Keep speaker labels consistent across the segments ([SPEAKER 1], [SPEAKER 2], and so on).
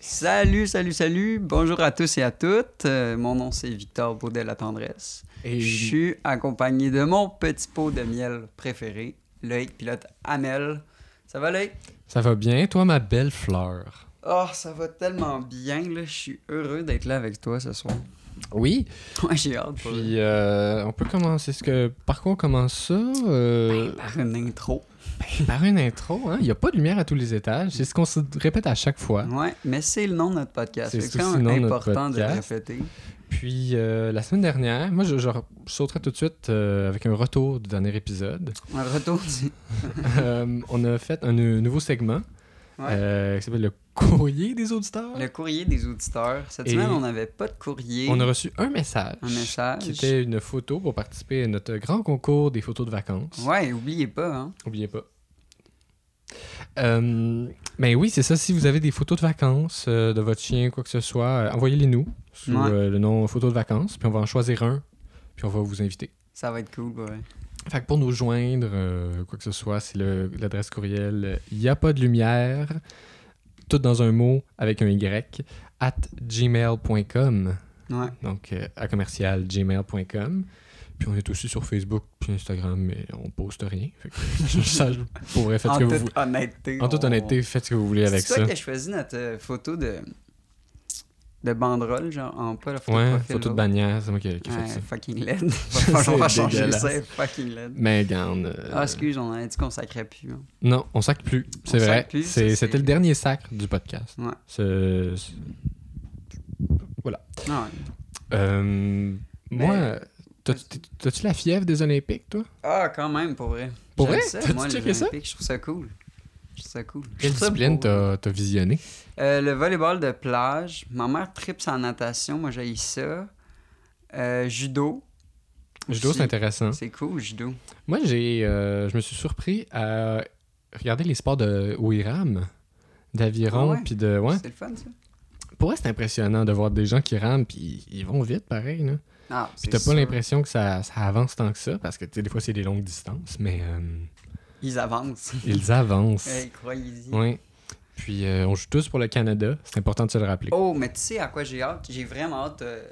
[SPEAKER 1] Salut, salut, salut. Bonjour à tous et à toutes. Euh, mon nom, c'est Victor Baudet La Tendresse.
[SPEAKER 2] Et-
[SPEAKER 1] Je suis accompagné de mon petit pot de miel préféré, Loïc Pilote Amel. Ça va, Loïc?
[SPEAKER 2] Ça va bien, toi, ma belle fleur?
[SPEAKER 1] Oh, ça va tellement bien, là. Je suis heureux d'être là avec toi ce soir.
[SPEAKER 2] Oui.
[SPEAKER 1] Moi, j'ai hâte pour
[SPEAKER 2] Puis, euh, on peut commencer. Est-ce que, par quoi on commence ça? Euh,
[SPEAKER 1] par une intro.
[SPEAKER 2] par une intro, hein? Il n'y a pas de lumière à tous les étages. C'est ce qu'on se répète à chaque fois.
[SPEAKER 1] Ouais, mais c'est le nom de notre podcast.
[SPEAKER 2] C'est
[SPEAKER 1] C'est
[SPEAKER 2] aussi
[SPEAKER 1] quand
[SPEAKER 2] le nom
[SPEAKER 1] même
[SPEAKER 2] de notre
[SPEAKER 1] important de le
[SPEAKER 2] podcast.
[SPEAKER 1] répéter.
[SPEAKER 2] Puis, euh, la semaine dernière, moi, je, je re- je sauterai tout de suite euh, avec un retour du dernier épisode.
[SPEAKER 1] Un retour du...
[SPEAKER 2] Euh, on a fait un euh, nouveau segment
[SPEAKER 1] Ouais.
[SPEAKER 2] euh, qui s'appelle le courrier des auditeurs.
[SPEAKER 1] Le courrier des auditeurs. Cette
[SPEAKER 2] Et-
[SPEAKER 1] semaine, on n'avait pas de courrier.
[SPEAKER 2] On a reçu un message,
[SPEAKER 1] Un message.
[SPEAKER 2] qui était une photo pour participer à notre grand concours des photos de vacances.
[SPEAKER 1] Ouais, oubliez pas, hein.
[SPEAKER 2] Oubliez pas. Euh, ben oui, c'est ça. Si vous avez des photos de vacances euh, de votre chien, quoi que ce soit, euh, envoyez-les nous sous
[SPEAKER 1] Ouais.
[SPEAKER 2] euh, le nom photo de vacances, puis on va en choisir un, puis on va vous inviter.
[SPEAKER 1] Ça va être cool, ouais.
[SPEAKER 2] Fait que pour nous joindre, euh, quoi que ce soit, c'est le- l'adresse courriel il n'y a pas de lumière, tout dans un mot avec un Y, at gmail.com.
[SPEAKER 1] Ouais.
[SPEAKER 2] Donc, euh, à commercial gmail.com. Puis on est aussi sur Facebook puis Instagram, mais on poste rien. Fait que ça, je pourrais faire ce
[SPEAKER 1] en
[SPEAKER 2] que
[SPEAKER 1] toute
[SPEAKER 2] vous voulez.
[SPEAKER 1] honnêteté.
[SPEAKER 2] En toute
[SPEAKER 1] on-
[SPEAKER 2] honnêteté, faites ce que vous voulez avec
[SPEAKER 1] C'est
[SPEAKER 2] ça.
[SPEAKER 1] toi qui as choisi notre euh, photo de de banderole, genre, en pas la photo de
[SPEAKER 2] Ouais,
[SPEAKER 1] profil.
[SPEAKER 2] photo de
[SPEAKER 1] là.
[SPEAKER 2] bannière, c'est moi qui, qui ai
[SPEAKER 1] Ouais,
[SPEAKER 2] fait ça.
[SPEAKER 1] fucking laide. on va changer
[SPEAKER 2] dégueulasse.
[SPEAKER 1] ça, fucking laide.
[SPEAKER 2] Mais regarde. euh,
[SPEAKER 1] Ah, excuse, on a dit qu'on sacrait plus. hein.
[SPEAKER 2] non, on sac plus, c'est
[SPEAKER 1] On sac
[SPEAKER 2] vrai.
[SPEAKER 1] plus, ça,
[SPEAKER 2] C'est-
[SPEAKER 1] c'est-
[SPEAKER 2] C'était le dernier sacre du podcast.
[SPEAKER 1] Ouais.
[SPEAKER 2] C'est- c'est-
[SPEAKER 1] Ah, ouais.
[SPEAKER 2] Euh,
[SPEAKER 1] Mais-
[SPEAKER 2] Moi, t'as- t'as-tu la fièvre des Olympiques, toi?
[SPEAKER 1] Ah, quand même, pour vrai.
[SPEAKER 2] Pour
[SPEAKER 1] J'aime
[SPEAKER 2] vrai?
[SPEAKER 1] ça,
[SPEAKER 2] T'as-tu
[SPEAKER 1] moi, les
[SPEAKER 2] checké ça?
[SPEAKER 1] Olympiques, je trouve ça cool. Je trouve ça cool. Je
[SPEAKER 2] Quelle
[SPEAKER 1] trouve ça
[SPEAKER 2] discipline
[SPEAKER 1] beau.
[SPEAKER 2] t'as t'as visionné?
[SPEAKER 1] Euh, le volleyball de plage. Ma mère tripe sa natation. Moi, j'ai ça. Euh, judo.
[SPEAKER 2] Judo,
[SPEAKER 1] Aussi.
[SPEAKER 2] c'est intéressant.
[SPEAKER 1] C'est cool, judo.
[SPEAKER 2] Moi, j'ai, euh, je me suis surpris à regarder les sports de où ils rament,
[SPEAKER 1] Ah
[SPEAKER 2] d'aviron,
[SPEAKER 1] ouais?
[SPEAKER 2] puis de... Ouais.
[SPEAKER 1] C'est le fun, ça.
[SPEAKER 2] Pour moi, c'est impressionnant de voir des gens qui rament, puis ils vont vite, pareil, là.
[SPEAKER 1] Ah,
[SPEAKER 2] Puis
[SPEAKER 1] c'est
[SPEAKER 2] t'as pas
[SPEAKER 1] sûr.
[SPEAKER 2] l'impression que ça, ça avance tant que ça, parce que, tu sais, des fois, c'est des longues distances, mais euh,
[SPEAKER 1] Ils avancent.
[SPEAKER 2] ils avancent.
[SPEAKER 1] Hey, croyez-y.
[SPEAKER 2] Ouais. Puis euh, on joue tous pour le Canada, c'est important de se le rappeler.
[SPEAKER 1] Oh, mais tu sais à quoi j'ai hâte? J'ai vraiment hâte euh,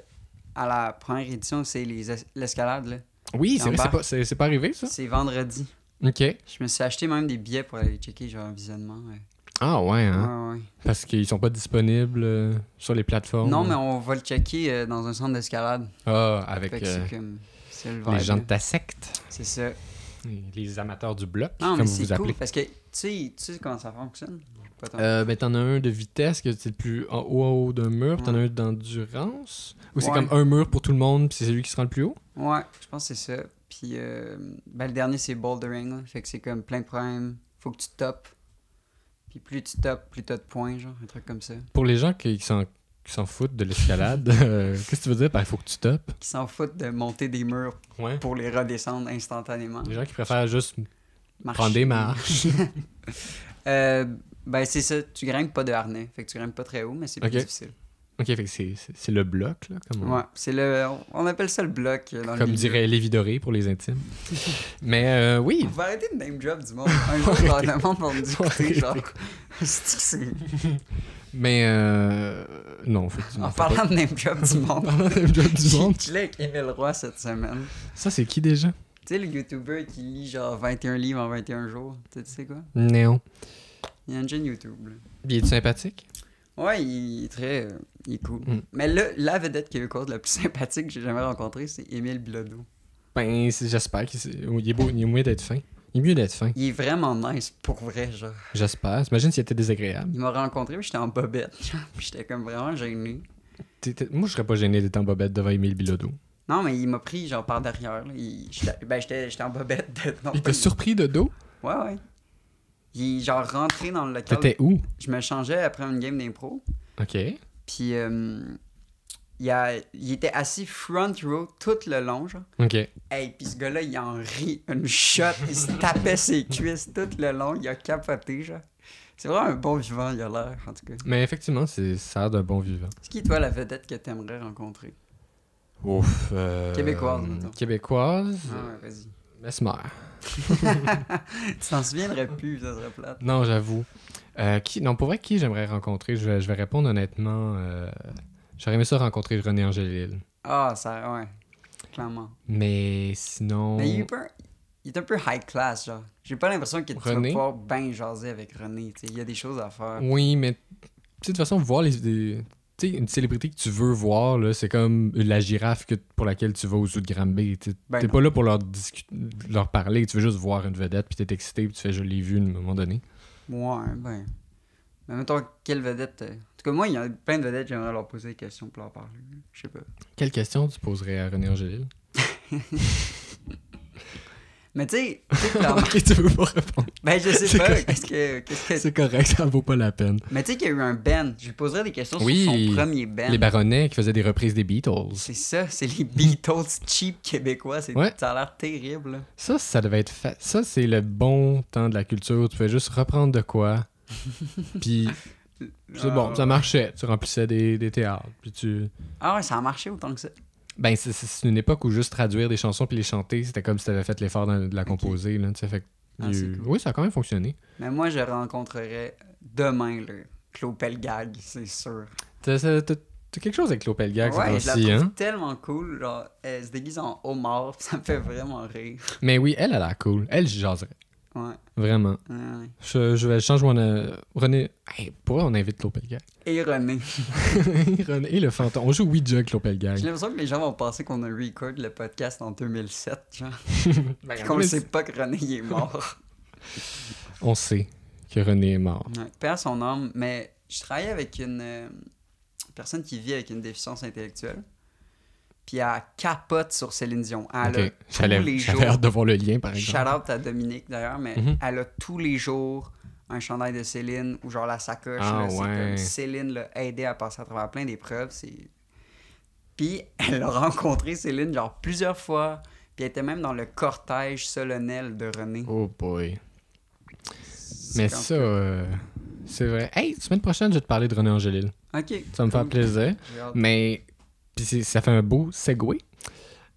[SPEAKER 1] à la première édition, c'est les es- l'escalade. là.
[SPEAKER 2] oui, c'est vrai,
[SPEAKER 1] Embarque.
[SPEAKER 2] c'est pas, c'est- c'est pas arrivé, ça?
[SPEAKER 1] C'est vendredi.
[SPEAKER 2] OK.
[SPEAKER 1] Je me suis acheté même des billets pour aller checker, genre, un visionnement. ouais.
[SPEAKER 2] Ah ouais, hein?
[SPEAKER 1] Ouais, ouais.
[SPEAKER 2] Parce qu'ils sont pas disponibles euh, sur les plateformes.
[SPEAKER 1] Non, mais on va le checker euh, dans un centre d'escalade.
[SPEAKER 2] Ah, avec
[SPEAKER 1] Fait que
[SPEAKER 2] euh,
[SPEAKER 1] c'est comme. C'est le
[SPEAKER 2] les
[SPEAKER 1] vibe,
[SPEAKER 2] gens de
[SPEAKER 1] là.
[SPEAKER 2] ta secte.
[SPEAKER 1] C'est ça.
[SPEAKER 2] Les amateurs du bloc,
[SPEAKER 1] Non, mais
[SPEAKER 2] comme vous
[SPEAKER 1] c'est
[SPEAKER 2] vous
[SPEAKER 1] cool
[SPEAKER 2] appelez.
[SPEAKER 1] parce que tu sais, tu sais comment ça fonctionne. Pas tant.
[SPEAKER 2] Euh, ben, t'en as un de vitesse, que c'est le plus en haut, en haut d'un mur, puis t'en as
[SPEAKER 1] Ouais.
[SPEAKER 2] un d'endurance. Ou c'est
[SPEAKER 1] Ouais.
[SPEAKER 2] comme un mur pour tout le monde, puis c'est celui qui se rend le plus haut.
[SPEAKER 1] Ouais, je pense que c'est ça. Puis euh, ben, le dernier, c'est bouldering. là. Fait que c'est comme plein de problèmes. Faut que tu topes. Puis plus tu topes, plus t'as de points, genre, un truc comme ça.
[SPEAKER 2] Pour les gens qui, qui s'en, qui s'en foutent de l'escalade, euh, qu'est-ce que tu veux dire? Ben, il faut que tu topes.
[SPEAKER 1] Qui s'en foutent de monter des murs
[SPEAKER 2] Ouais.
[SPEAKER 1] pour les redescendre instantanément.
[SPEAKER 2] Les gens qui préfèrent juste
[SPEAKER 1] Marcher.
[SPEAKER 2] prendre des marches.
[SPEAKER 1] Euh, ben, c'est ça. Tu grimpes pas de harnais. Fait que tu grimpes pas très haut, mais c'est
[SPEAKER 2] Ok.
[SPEAKER 1] plus difficile.
[SPEAKER 2] ok, fait que c'est, c'est- c'est le bloc, là, comme, on-
[SPEAKER 1] Ouais. C'est le. On appelle ça le bloc euh, dans le
[SPEAKER 2] comme
[SPEAKER 1] milieu.
[SPEAKER 2] dirait Lévi Doré pour les intimes. Mais euh, oui,
[SPEAKER 1] On va arrêter de name drop du monde. Un jour, genre, le monde va nous écouter,
[SPEAKER 2] Arrêtez.
[SPEAKER 1] genre. C'est-tu que c'est-
[SPEAKER 2] mais euh, non, effectivement.
[SPEAKER 1] En
[SPEAKER 2] faut pas-
[SPEAKER 1] parlant de name drop du monde.
[SPEAKER 2] En parlant de job du monde,
[SPEAKER 1] Je l'ai avec Émile Roy cette semaine.
[SPEAKER 2] ça c'est qui déjà?
[SPEAKER 1] Tu sais, le YouTuber qui lit genre 21 livres en 21 jours. Tu sais, tu sais quoi?
[SPEAKER 2] Néon.
[SPEAKER 1] Il y a une chaîne YouTube. là.
[SPEAKER 2] Il est sympathique?
[SPEAKER 1] Ouais, il est très. euh, il est cool.
[SPEAKER 2] Mm.
[SPEAKER 1] Mais là, la vedette québécoise la plus sympathique que j'ai jamais rencontrée, c'est Émile Bilodeau.
[SPEAKER 2] Ben, c'est- j'espère qu'il s'est- oh, il est beau, il est mieux d'être fin. Il est mieux d'être fin.
[SPEAKER 1] Il est vraiment nice, pour vrai, genre.
[SPEAKER 2] J'espère. J'imagine s'il était désagréable.
[SPEAKER 1] Il m'a rencontré, puis j'étais en bobette. genre, Puis j'étais comme vraiment gêné.
[SPEAKER 2] T'es- t'es- Moi, je serais pas gêné d'être en bobette devant Émile Bilodeau.
[SPEAKER 1] Non, mais il m'a pris genre par derrière. là. Il- j'étais- Ben, j'étais j'étais en bobette. de- non,
[SPEAKER 2] Il
[SPEAKER 1] pas-
[SPEAKER 2] t'a surpris de dos?
[SPEAKER 1] Ouais, ouais. Il est genre rentré dans le local.
[SPEAKER 2] T'étais où?
[SPEAKER 1] Je me changeais après une game d'impro.
[SPEAKER 2] Ok.
[SPEAKER 1] Puis euh, il, a- il était assis front row tout le long, genre.
[SPEAKER 2] Ok.
[SPEAKER 1] Hey, puis ce gars-là, il en rit une shot. Il se tapait ses cuisses tout le long. Il a capoté, genre. C'est vraiment un bon vivant, il a l'air, en tout cas.
[SPEAKER 2] Mais effectivement, c'est ça a l'air d'un bon vivant.
[SPEAKER 1] C'est qui, toi, la vedette que t'aimerais rencontrer?
[SPEAKER 2] Ouf. euh,
[SPEAKER 1] Québécoise, mettons.
[SPEAKER 2] Québécoise.
[SPEAKER 1] Ah ouais, vas-y.
[SPEAKER 2] Mesmer.
[SPEAKER 1] Tu t'en souviendrais plus, ça serait plate.
[SPEAKER 2] Non, j'avoue. Euh, qui, non, pour vrai, qui j'aimerais rencontrer je vais, je vais répondre honnêtement. euh, J'aurais aimé ça rencontrer René Angélil.
[SPEAKER 1] Ah, ça, ouais. Clairement.
[SPEAKER 2] Mais sinon.
[SPEAKER 1] Mais il est, pas- il est un peu high class, genre. J'ai pas l'impression que tu vas
[SPEAKER 2] René?
[SPEAKER 1] pouvoir bien jaser avec René. tu sais. Il y a des choses à faire.
[SPEAKER 2] Oui, mais tu sais, de toute façon, voir les. des- tu sais, une célébrité que tu veux voir, là, c'est comme la girafe que, pour laquelle tu vas au zoo de Granby. Tu
[SPEAKER 1] Ben
[SPEAKER 2] t'es
[SPEAKER 1] non.
[SPEAKER 2] pas là pour leur, discu- leur parler, tu veux juste voir une vedette, puis t'es excité, puis tu fais je l'ai vu à un moment donné.
[SPEAKER 1] Ouais, ben. Mais mettons, quelle vedette. euh, En tout cas, moi, il y a plein de vedettes, j'aimerais leur poser des questions pour leur parler. Je sais pas.
[SPEAKER 2] Quelle question tu poserais à René Angélil
[SPEAKER 1] Mais tu sais, tu sais, clairement.
[SPEAKER 2] Ok, tu veux pas répondre.
[SPEAKER 1] ben, je sais
[SPEAKER 2] C'est
[SPEAKER 1] pas.
[SPEAKER 2] correct.
[SPEAKER 1] Qu'est-ce que. qu'est-ce que...
[SPEAKER 2] C'est correct, ça vaut pas la peine.
[SPEAKER 1] Mais tu sais qu'il y a eu un Ben. Je lui poserais des questions
[SPEAKER 2] Oui.
[SPEAKER 1] sur son premier Ben.
[SPEAKER 2] Les baronnets qui faisaient des reprises des Beatles.
[SPEAKER 1] C'est ça, c'est les Beatles cheap québécois. c'est-
[SPEAKER 2] Ouais.
[SPEAKER 1] Ça a l'air terrible. là.
[SPEAKER 2] Ça, ça devait être fait. Ça, c'est le bon temps de la culture. Tu fais juste reprendre de quoi. puis c'est bon,
[SPEAKER 1] Ah.
[SPEAKER 2] ça marchait. Tu remplissais des, des théâtres. Puis tu.
[SPEAKER 1] Ah ouais, ça a marché autant que ça.
[SPEAKER 2] Ben, c'est- c'est c'est une époque où juste traduire des chansons puis les chanter, c'était comme si t'avais fait l'effort de, de la composer. Là, tu sais, fait que
[SPEAKER 1] Ah,
[SPEAKER 2] il y a
[SPEAKER 1] c'est
[SPEAKER 2] eu-
[SPEAKER 1] cool.
[SPEAKER 2] Oui, ça a quand même fonctionné.
[SPEAKER 1] Mais moi, je rencontrerai demain le Claude Pelgag, c'est sûr.
[SPEAKER 2] T'as t'as- t'as- t'as quelque chose avec Lopelgag
[SPEAKER 1] ouais, je la
[SPEAKER 2] aussi,
[SPEAKER 1] trouve
[SPEAKER 2] hein?
[SPEAKER 1] tellement cool. Genre, elle se déguise en homard, ça me fait vraiment rire.
[SPEAKER 2] Mais oui, elle, elle a l'air cool. Elle, j'y jaserais.
[SPEAKER 1] Ouais,
[SPEAKER 2] Vraiment.
[SPEAKER 1] ouais, ouais.
[SPEAKER 2] Je, je vais changer mon. euh, René. Hey, pourquoi on invite Lopelgag?
[SPEAKER 1] Et René.
[SPEAKER 2] René et le fantôme. On joue Ouija avec
[SPEAKER 1] J'ai
[SPEAKER 2] Lopelgag.
[SPEAKER 1] l'impression que les gens vont penser qu'on a record le podcast en 2007, genre.
[SPEAKER 2] Ben,
[SPEAKER 1] Puis qu'on ne
[SPEAKER 2] mais-
[SPEAKER 1] sait pas que René il est mort.
[SPEAKER 2] On sait que René est mort.
[SPEAKER 1] Ouais, paix à son âme, mais je travaillais avec une euh, personne qui vit avec une déficience intellectuelle. Puis elle capote sur Céline Dion. Elle
[SPEAKER 2] Ok.
[SPEAKER 1] a Ah, tous
[SPEAKER 2] J'allais
[SPEAKER 1] les
[SPEAKER 2] j'allais
[SPEAKER 1] jours.
[SPEAKER 2] hâte de voir le lien, par
[SPEAKER 1] Shout
[SPEAKER 2] exemple.
[SPEAKER 1] out à Dominique d'ailleurs, mais
[SPEAKER 2] Mhm.
[SPEAKER 1] elle a tous les jours un chandail de Céline ou genre la sacoche.
[SPEAKER 2] Ah
[SPEAKER 1] là, c'est
[SPEAKER 2] ouais.
[SPEAKER 1] comme Céline l'a aidé à passer à travers plein d'épreuves. c'est- Puis elle a rencontré Céline genre plusieurs fois. Puis elle était même dans le cortège solennel de René.
[SPEAKER 2] Oh boy.
[SPEAKER 1] C'est
[SPEAKER 2] Mais
[SPEAKER 1] comme-
[SPEAKER 2] ça, euh, c'est vrai. Hey, semaine prochaine, je vais te parler de René Angélil.
[SPEAKER 1] Ok.
[SPEAKER 2] Ça me fait
[SPEAKER 1] cool.
[SPEAKER 2] plaisir.
[SPEAKER 1] J'ai hâte.
[SPEAKER 2] Mais puis c'est- ça fait un beau segway.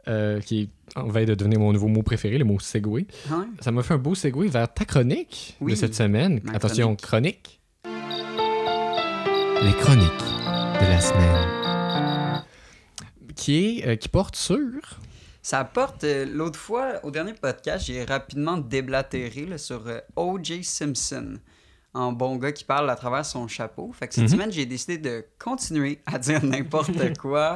[SPEAKER 2] euh, qui est en veille de devenir mon nouveau mot préféré, le mot segway.
[SPEAKER 1] Ouais.
[SPEAKER 2] Ça m'a fait un beau segway vers ta chronique de
[SPEAKER 1] Oui,
[SPEAKER 2] cette semaine.
[SPEAKER 1] ma
[SPEAKER 2] Attention, chronique. Les chroniques de la semaine. Qui, est, euh, qui porte sur
[SPEAKER 1] Ça apporte, euh, l'autre fois, au dernier podcast, j'ai rapidement déblatéré là, sur euh, O.J. Simpson, en bon gars qui parle à travers son chapeau. Fait que cette
[SPEAKER 2] Mhm.
[SPEAKER 1] semaine, j'ai décidé de continuer à dire n'importe quoi.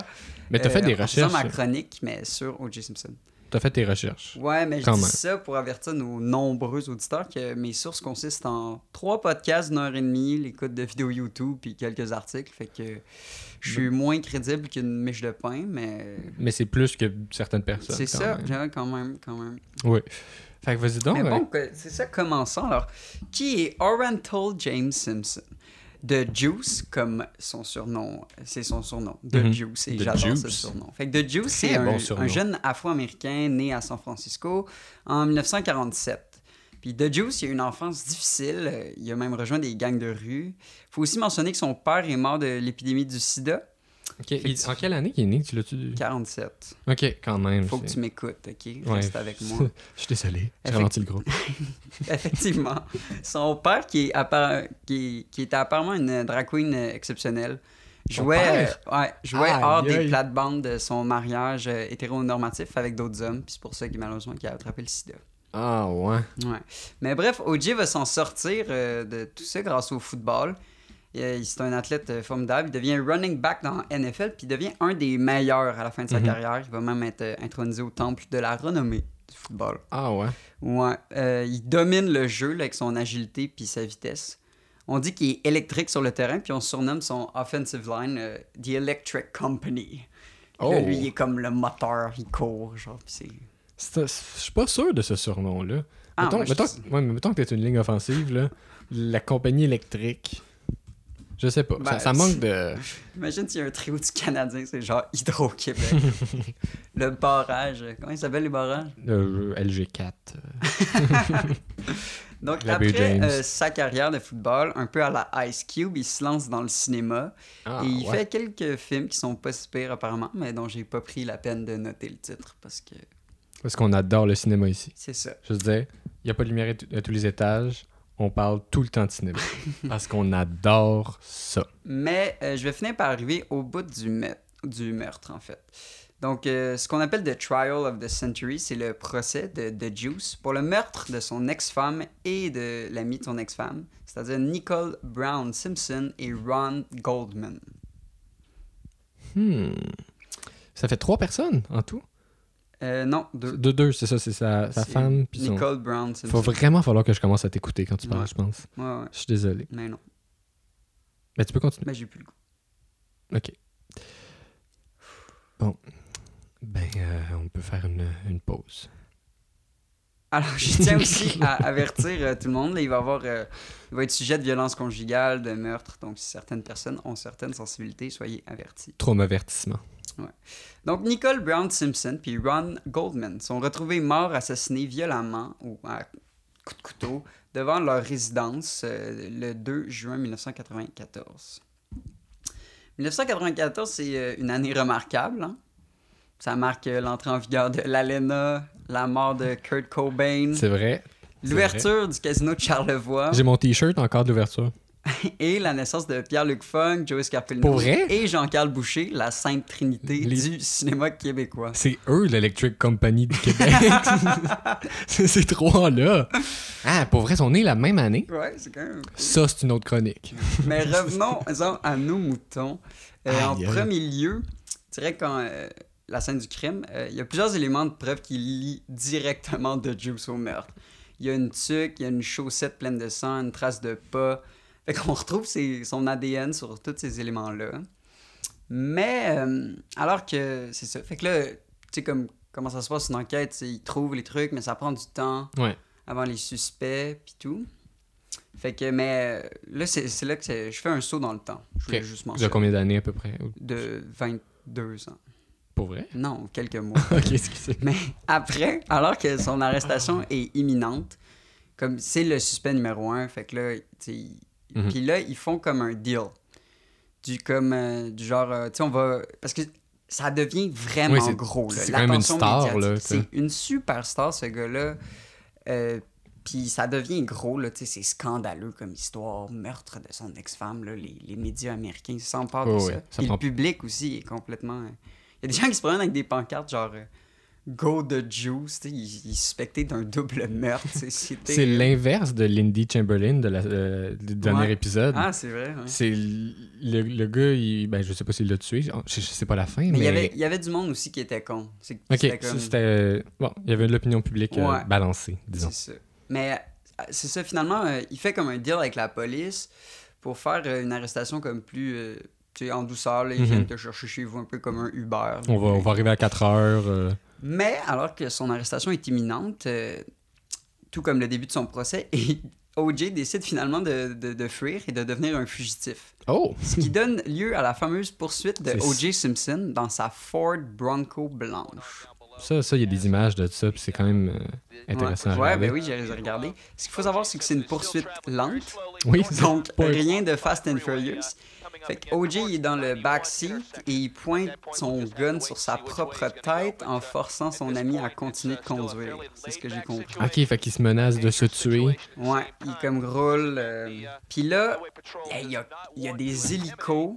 [SPEAKER 2] Mais t'as
[SPEAKER 1] euh,
[SPEAKER 2] fait des
[SPEAKER 1] en faisant
[SPEAKER 2] recherches.
[SPEAKER 1] ma chronique, mais sur O.J. Simpson.
[SPEAKER 2] T'as fait tes recherches.
[SPEAKER 1] Ouais, mais je
[SPEAKER 2] Quand
[SPEAKER 1] dis
[SPEAKER 2] même.
[SPEAKER 1] ça pour avertir nos nombreux auditeurs que mes sources consistent en trois podcasts d'une heure et demie, l'écoute de vidéos YouTube, puis quelques articles. Fait que je
[SPEAKER 2] Mm.
[SPEAKER 1] suis moins crédible qu'une miche de pain, mais...
[SPEAKER 2] Mais c'est plus que certaines personnes.
[SPEAKER 1] C'est
[SPEAKER 2] quand
[SPEAKER 1] ça,
[SPEAKER 2] même.
[SPEAKER 1] genre, quand même, quand même.
[SPEAKER 2] Oui. Fait que vas-y donc.
[SPEAKER 1] Mais
[SPEAKER 2] euh,
[SPEAKER 1] bon, que- c'est ça, commençons. Alors, qui est Oriental James Simpson? De Juice, comme son surnom, c'est son surnom. De
[SPEAKER 2] Mhm.
[SPEAKER 1] Juice, et
[SPEAKER 2] The
[SPEAKER 1] j'adore ce
[SPEAKER 2] Juice.
[SPEAKER 1] surnom. Fait que The Juice,
[SPEAKER 2] Très
[SPEAKER 1] c'est un,
[SPEAKER 2] bon surnom.
[SPEAKER 1] un jeune afro-américain né à San Francisco en 1947. Puis The Juice, il a eu une enfance difficile. euh, Il a même rejoint des gangs de rue. faut aussi mentionner que son père est mort de l'épidémie du sida,
[SPEAKER 2] ok, il- en quelle année il est né Tu l'as-tu
[SPEAKER 1] 47.
[SPEAKER 2] Ok, quand même.
[SPEAKER 1] Faut que
[SPEAKER 2] c'est-
[SPEAKER 1] tu m'écoutes, OK?
[SPEAKER 2] Ouais.
[SPEAKER 1] Reste avec moi.
[SPEAKER 2] Je suis désolé. J'ai
[SPEAKER 1] Effect-
[SPEAKER 2] ralenti le groupe.
[SPEAKER 1] Effectivement. Son père, qui, est appara- qui, qui était apparemment une drag queen euh, exceptionnelle,
[SPEAKER 2] Son
[SPEAKER 1] jouait,
[SPEAKER 2] père?
[SPEAKER 1] euh, ouais, jouait
[SPEAKER 2] Aïe,
[SPEAKER 1] hors
[SPEAKER 2] aïe.
[SPEAKER 1] des plates-bandes de son mariage euh, hétéronormatif avec d'autres hommes. Puis c'est pour ça qu'il malheureusement qu'il a attrapé le sida.
[SPEAKER 2] Ah ouais.
[SPEAKER 1] Ouais. Mais bref, OJ va s'en sortir euh, de tout ça grâce au football. Euh, il- C'est un athlète euh, formidable. Il devient running back dans la NFL, puis il devient un des meilleurs à la fin de sa
[SPEAKER 2] Mhm.
[SPEAKER 1] carrière. Il va même être euh, intronisé au temple de la renommée du football.
[SPEAKER 2] Ah ouais.
[SPEAKER 1] Ouais, euh, il domine le jeu là, avec son agilité puis sa vitesse. On dit qu'il est électrique sur le terrain, puis on surnomme son offensive line euh, The Electric Company. Puis là,
[SPEAKER 2] Oh.
[SPEAKER 1] lui, il est comme le moteur, il court, genre, puis c'est...
[SPEAKER 2] C'est- Je suis pas sûr de ce surnom-là.
[SPEAKER 1] Ah,
[SPEAKER 2] mettons,
[SPEAKER 1] moi, je
[SPEAKER 2] mettons,
[SPEAKER 1] dis-
[SPEAKER 2] ouais, mais mettons que t'es une ligne offensive, là. La compagnie électrique. Je sais pas. ça,
[SPEAKER 1] Ben,
[SPEAKER 2] ça manque de.
[SPEAKER 1] Imagine s'il y a un trio du Canadien, c'est genre Hydro-Québec. le barrage, euh, comment il s'appelle les barrages?
[SPEAKER 2] euh, LG4.
[SPEAKER 1] Donc
[SPEAKER 2] La baie
[SPEAKER 1] après
[SPEAKER 2] James.
[SPEAKER 1] euh, sa carrière de football, un peu à la Ice Cube, il se lance dans le cinéma.
[SPEAKER 2] Ah,
[SPEAKER 1] et il
[SPEAKER 2] ouais.
[SPEAKER 1] fait quelques films qui sont pas si pires apparemment, mais dont j'ai pas pris la peine de noter le titre, parce que
[SPEAKER 2] Parce qu'on adore le cinéma ici.
[SPEAKER 1] c'est ça.
[SPEAKER 2] Je veux dire, il n'y a pas de lumière à, t- à tous les étages. on parle tout le temps de cinéma. parce qu'on adore ça.
[SPEAKER 1] Mais euh, je vais finir par arriver au bout du, me- du meurtre, en fait. Donc, euh, ce qu'on appelle The Trial of the Century, c'est le procès de, de Juice pour le meurtre de son ex-femme et de l'ami de son ex-femme, c'est-à-dire Nicole Brown Simpson et Ron Goldman.
[SPEAKER 2] Hmm. Ça fait trois personnes en tout.
[SPEAKER 1] Euh, non, deux.
[SPEAKER 2] De deux, c'est ça, c'est sa, sa
[SPEAKER 1] C'est
[SPEAKER 2] femme. Puis son...
[SPEAKER 1] Nicole Brown
[SPEAKER 2] Faut
[SPEAKER 1] Simpson.
[SPEAKER 2] vraiment falloir que je commence à t'écouter quand tu parles,
[SPEAKER 1] Ouais.
[SPEAKER 2] je pense.
[SPEAKER 1] Ouais, ouais.
[SPEAKER 2] Je suis désolé.
[SPEAKER 1] Mais non,
[SPEAKER 2] Mais tu peux continuer.
[SPEAKER 1] mais j'ai plus le goût.
[SPEAKER 2] Ok. Bon. Ben, euh, on peut faire une, une pause.
[SPEAKER 1] Alors, je tiens aussi à avertir euh, tout le monde, là, il va y avoir, euh, il va être sujet de violence conjugale, de meurtre, donc si certaines personnes ont certaines sensibilités, soyez avertis.
[SPEAKER 2] Traume avertissement.
[SPEAKER 1] Donc, Nicole Brown Simpson puis Ron Goldman sont retrouvés morts, assassinés violemment ou à coups de couteau devant leur résidence euh, le 2 juin 1994. 1994, c'est euh, une année remarquable. hein. Ça marque euh, l'entrée en vigueur de l'ALENA, la mort de Kurt Cobain,
[SPEAKER 2] C'est vrai. c'est
[SPEAKER 1] l'ouverture du casino de Charlevoix
[SPEAKER 2] J'ai mon t-shirt encore de l'ouverture.
[SPEAKER 1] et la naissance de Pierre-Luc Funk, Joey Scarpellino
[SPEAKER 2] Pour vrai?
[SPEAKER 1] et Jean-Carl Boucher, la sainte trinité
[SPEAKER 2] Les-
[SPEAKER 1] du cinéma québécois.
[SPEAKER 2] C'est eux, l'Electric Company du Québec. c'est ces trois-là. Ah, pour vrai, on est la même année.
[SPEAKER 1] Ouais, c'est quand même.
[SPEAKER 2] Ça, c'est une autre chronique.
[SPEAKER 1] Mais revenons à nos moutons. Euh, en
[SPEAKER 2] Aïe, aïe.
[SPEAKER 1] premier lieu, je dirais quand la scène du crime, euh, il y a plusieurs éléments de preuve qui lient directement de Juice au meurtre. Il y a une tuque, il y a une chaussette pleine de sang, une trace de pas. Fait qu'on retrouve ses- son ADN sur tous ces éléments-là. Mais euh, alors que c'est ça. Fait que là, tu sais, comme comment ça se passe une enquête, c'est ils trouvent les trucs, mais ça prend du temps
[SPEAKER 2] Ouais.
[SPEAKER 1] avant les suspects, puis tout. Fait que, mais euh, là, c'est c'est là que c'est- je fais un saut dans le temps. Je voulais
[SPEAKER 2] Ok.
[SPEAKER 1] juste
[SPEAKER 2] De
[SPEAKER 1] mentionner.
[SPEAKER 2] combien d'années à peu près Ou-
[SPEAKER 1] De 22 ans.
[SPEAKER 2] Pour vrai
[SPEAKER 1] Non, quelques mois.
[SPEAKER 2] Ok, excusez.
[SPEAKER 1] mais après, alors que son
[SPEAKER 2] Ah.
[SPEAKER 1] arrestation est imminente, comme c'est le suspect numéro un, fait que là, tu sais, ils-
[SPEAKER 2] Mhm.
[SPEAKER 1] puis là, ils font comme un deal. Du, comme, euh, du genre, euh, tu sais, on va. Parce que ça devient vraiment
[SPEAKER 2] Oui, c'est-
[SPEAKER 1] gros. là.
[SPEAKER 2] c'est quand même une
[SPEAKER 1] L'attention
[SPEAKER 2] star,
[SPEAKER 1] médiatique,
[SPEAKER 2] là, tu sais.
[SPEAKER 1] C'est une superstar, ce gars-là. Euh, puis ça devient gros, là, tu sais, c'est scandaleux comme histoire, meurtre de son ex-femme, là, les, les médias américains s'emparent
[SPEAKER 2] Oh,
[SPEAKER 1] de
[SPEAKER 2] ouais,
[SPEAKER 1] ça.
[SPEAKER 2] ça
[SPEAKER 1] Puis
[SPEAKER 2] prend-
[SPEAKER 1] le public aussi est complètement... euh, Il y a des gens qui se promènent avec des pancartes genre euh, Go the Juice », tu sais, ils, ils suspectaient d'un double meurtre, tu sais, c'était-
[SPEAKER 2] C'est l'inverse de Lindy Chamberlain de la- euh, du dernier
[SPEAKER 1] euh, Ouais.
[SPEAKER 2] épisode.
[SPEAKER 1] Ah, c'est vrai, ouais.
[SPEAKER 2] C'est l- le, le gars, il, ben, je sais pas s'il l'a tué, je, je sais pas la fin, mais.
[SPEAKER 1] Mais il y, avait, il y avait du monde aussi qui était con. C'est que
[SPEAKER 2] Ok,
[SPEAKER 1] c'était
[SPEAKER 2] ça,
[SPEAKER 1] comme-
[SPEAKER 2] c'était. euh, Bon, il y avait l'opinion publique euh,
[SPEAKER 1] Ouais.
[SPEAKER 2] balancée, disons.
[SPEAKER 1] C'est ça. Mais euh, c'est ça, finalement, euh, il fait comme un deal avec la police pour faire euh, une arrestation comme plus euh, tu sais, en douceur. là, ils
[SPEAKER 2] Mhm.
[SPEAKER 1] viennent te chercher chez vous un peu comme un Uber.
[SPEAKER 2] On va, on va arriver à 4 heures. euh,
[SPEAKER 1] Mais alors que son arrestation est imminente, euh, tout comme le début de son procès, et OJ décide finalement de, de- de fuir et de devenir un fugitif.
[SPEAKER 2] Oh!
[SPEAKER 1] Ce qui donne lieu à la fameuse poursuite de
[SPEAKER 2] C'est-
[SPEAKER 1] OJ Simpson dans sa Ford Bronco blanche.
[SPEAKER 2] Ça, ça, il y a des images de ça, puis c'est quand même euh, intéressant
[SPEAKER 1] Ouais,
[SPEAKER 2] à
[SPEAKER 1] ouais
[SPEAKER 2] regarder.
[SPEAKER 1] ben oui, j'ai j'ai regardé. Ce qu'il faut savoir, c'est que c'est une poursuite lente.
[SPEAKER 2] Oui,
[SPEAKER 1] Donc,
[SPEAKER 2] Pas-
[SPEAKER 1] rien de Fast and Furious. Fait que OJ il est dans le backseat et il pointe son gun sur sa propre tête en forçant son ami à continuer de conduire. C'est ce que j'ai compris.
[SPEAKER 2] Ok, fait qu'il se menace de se tuer.
[SPEAKER 1] Ouais, il comme roule. euh, Puis là, hey, il y, a, il y a des hélicos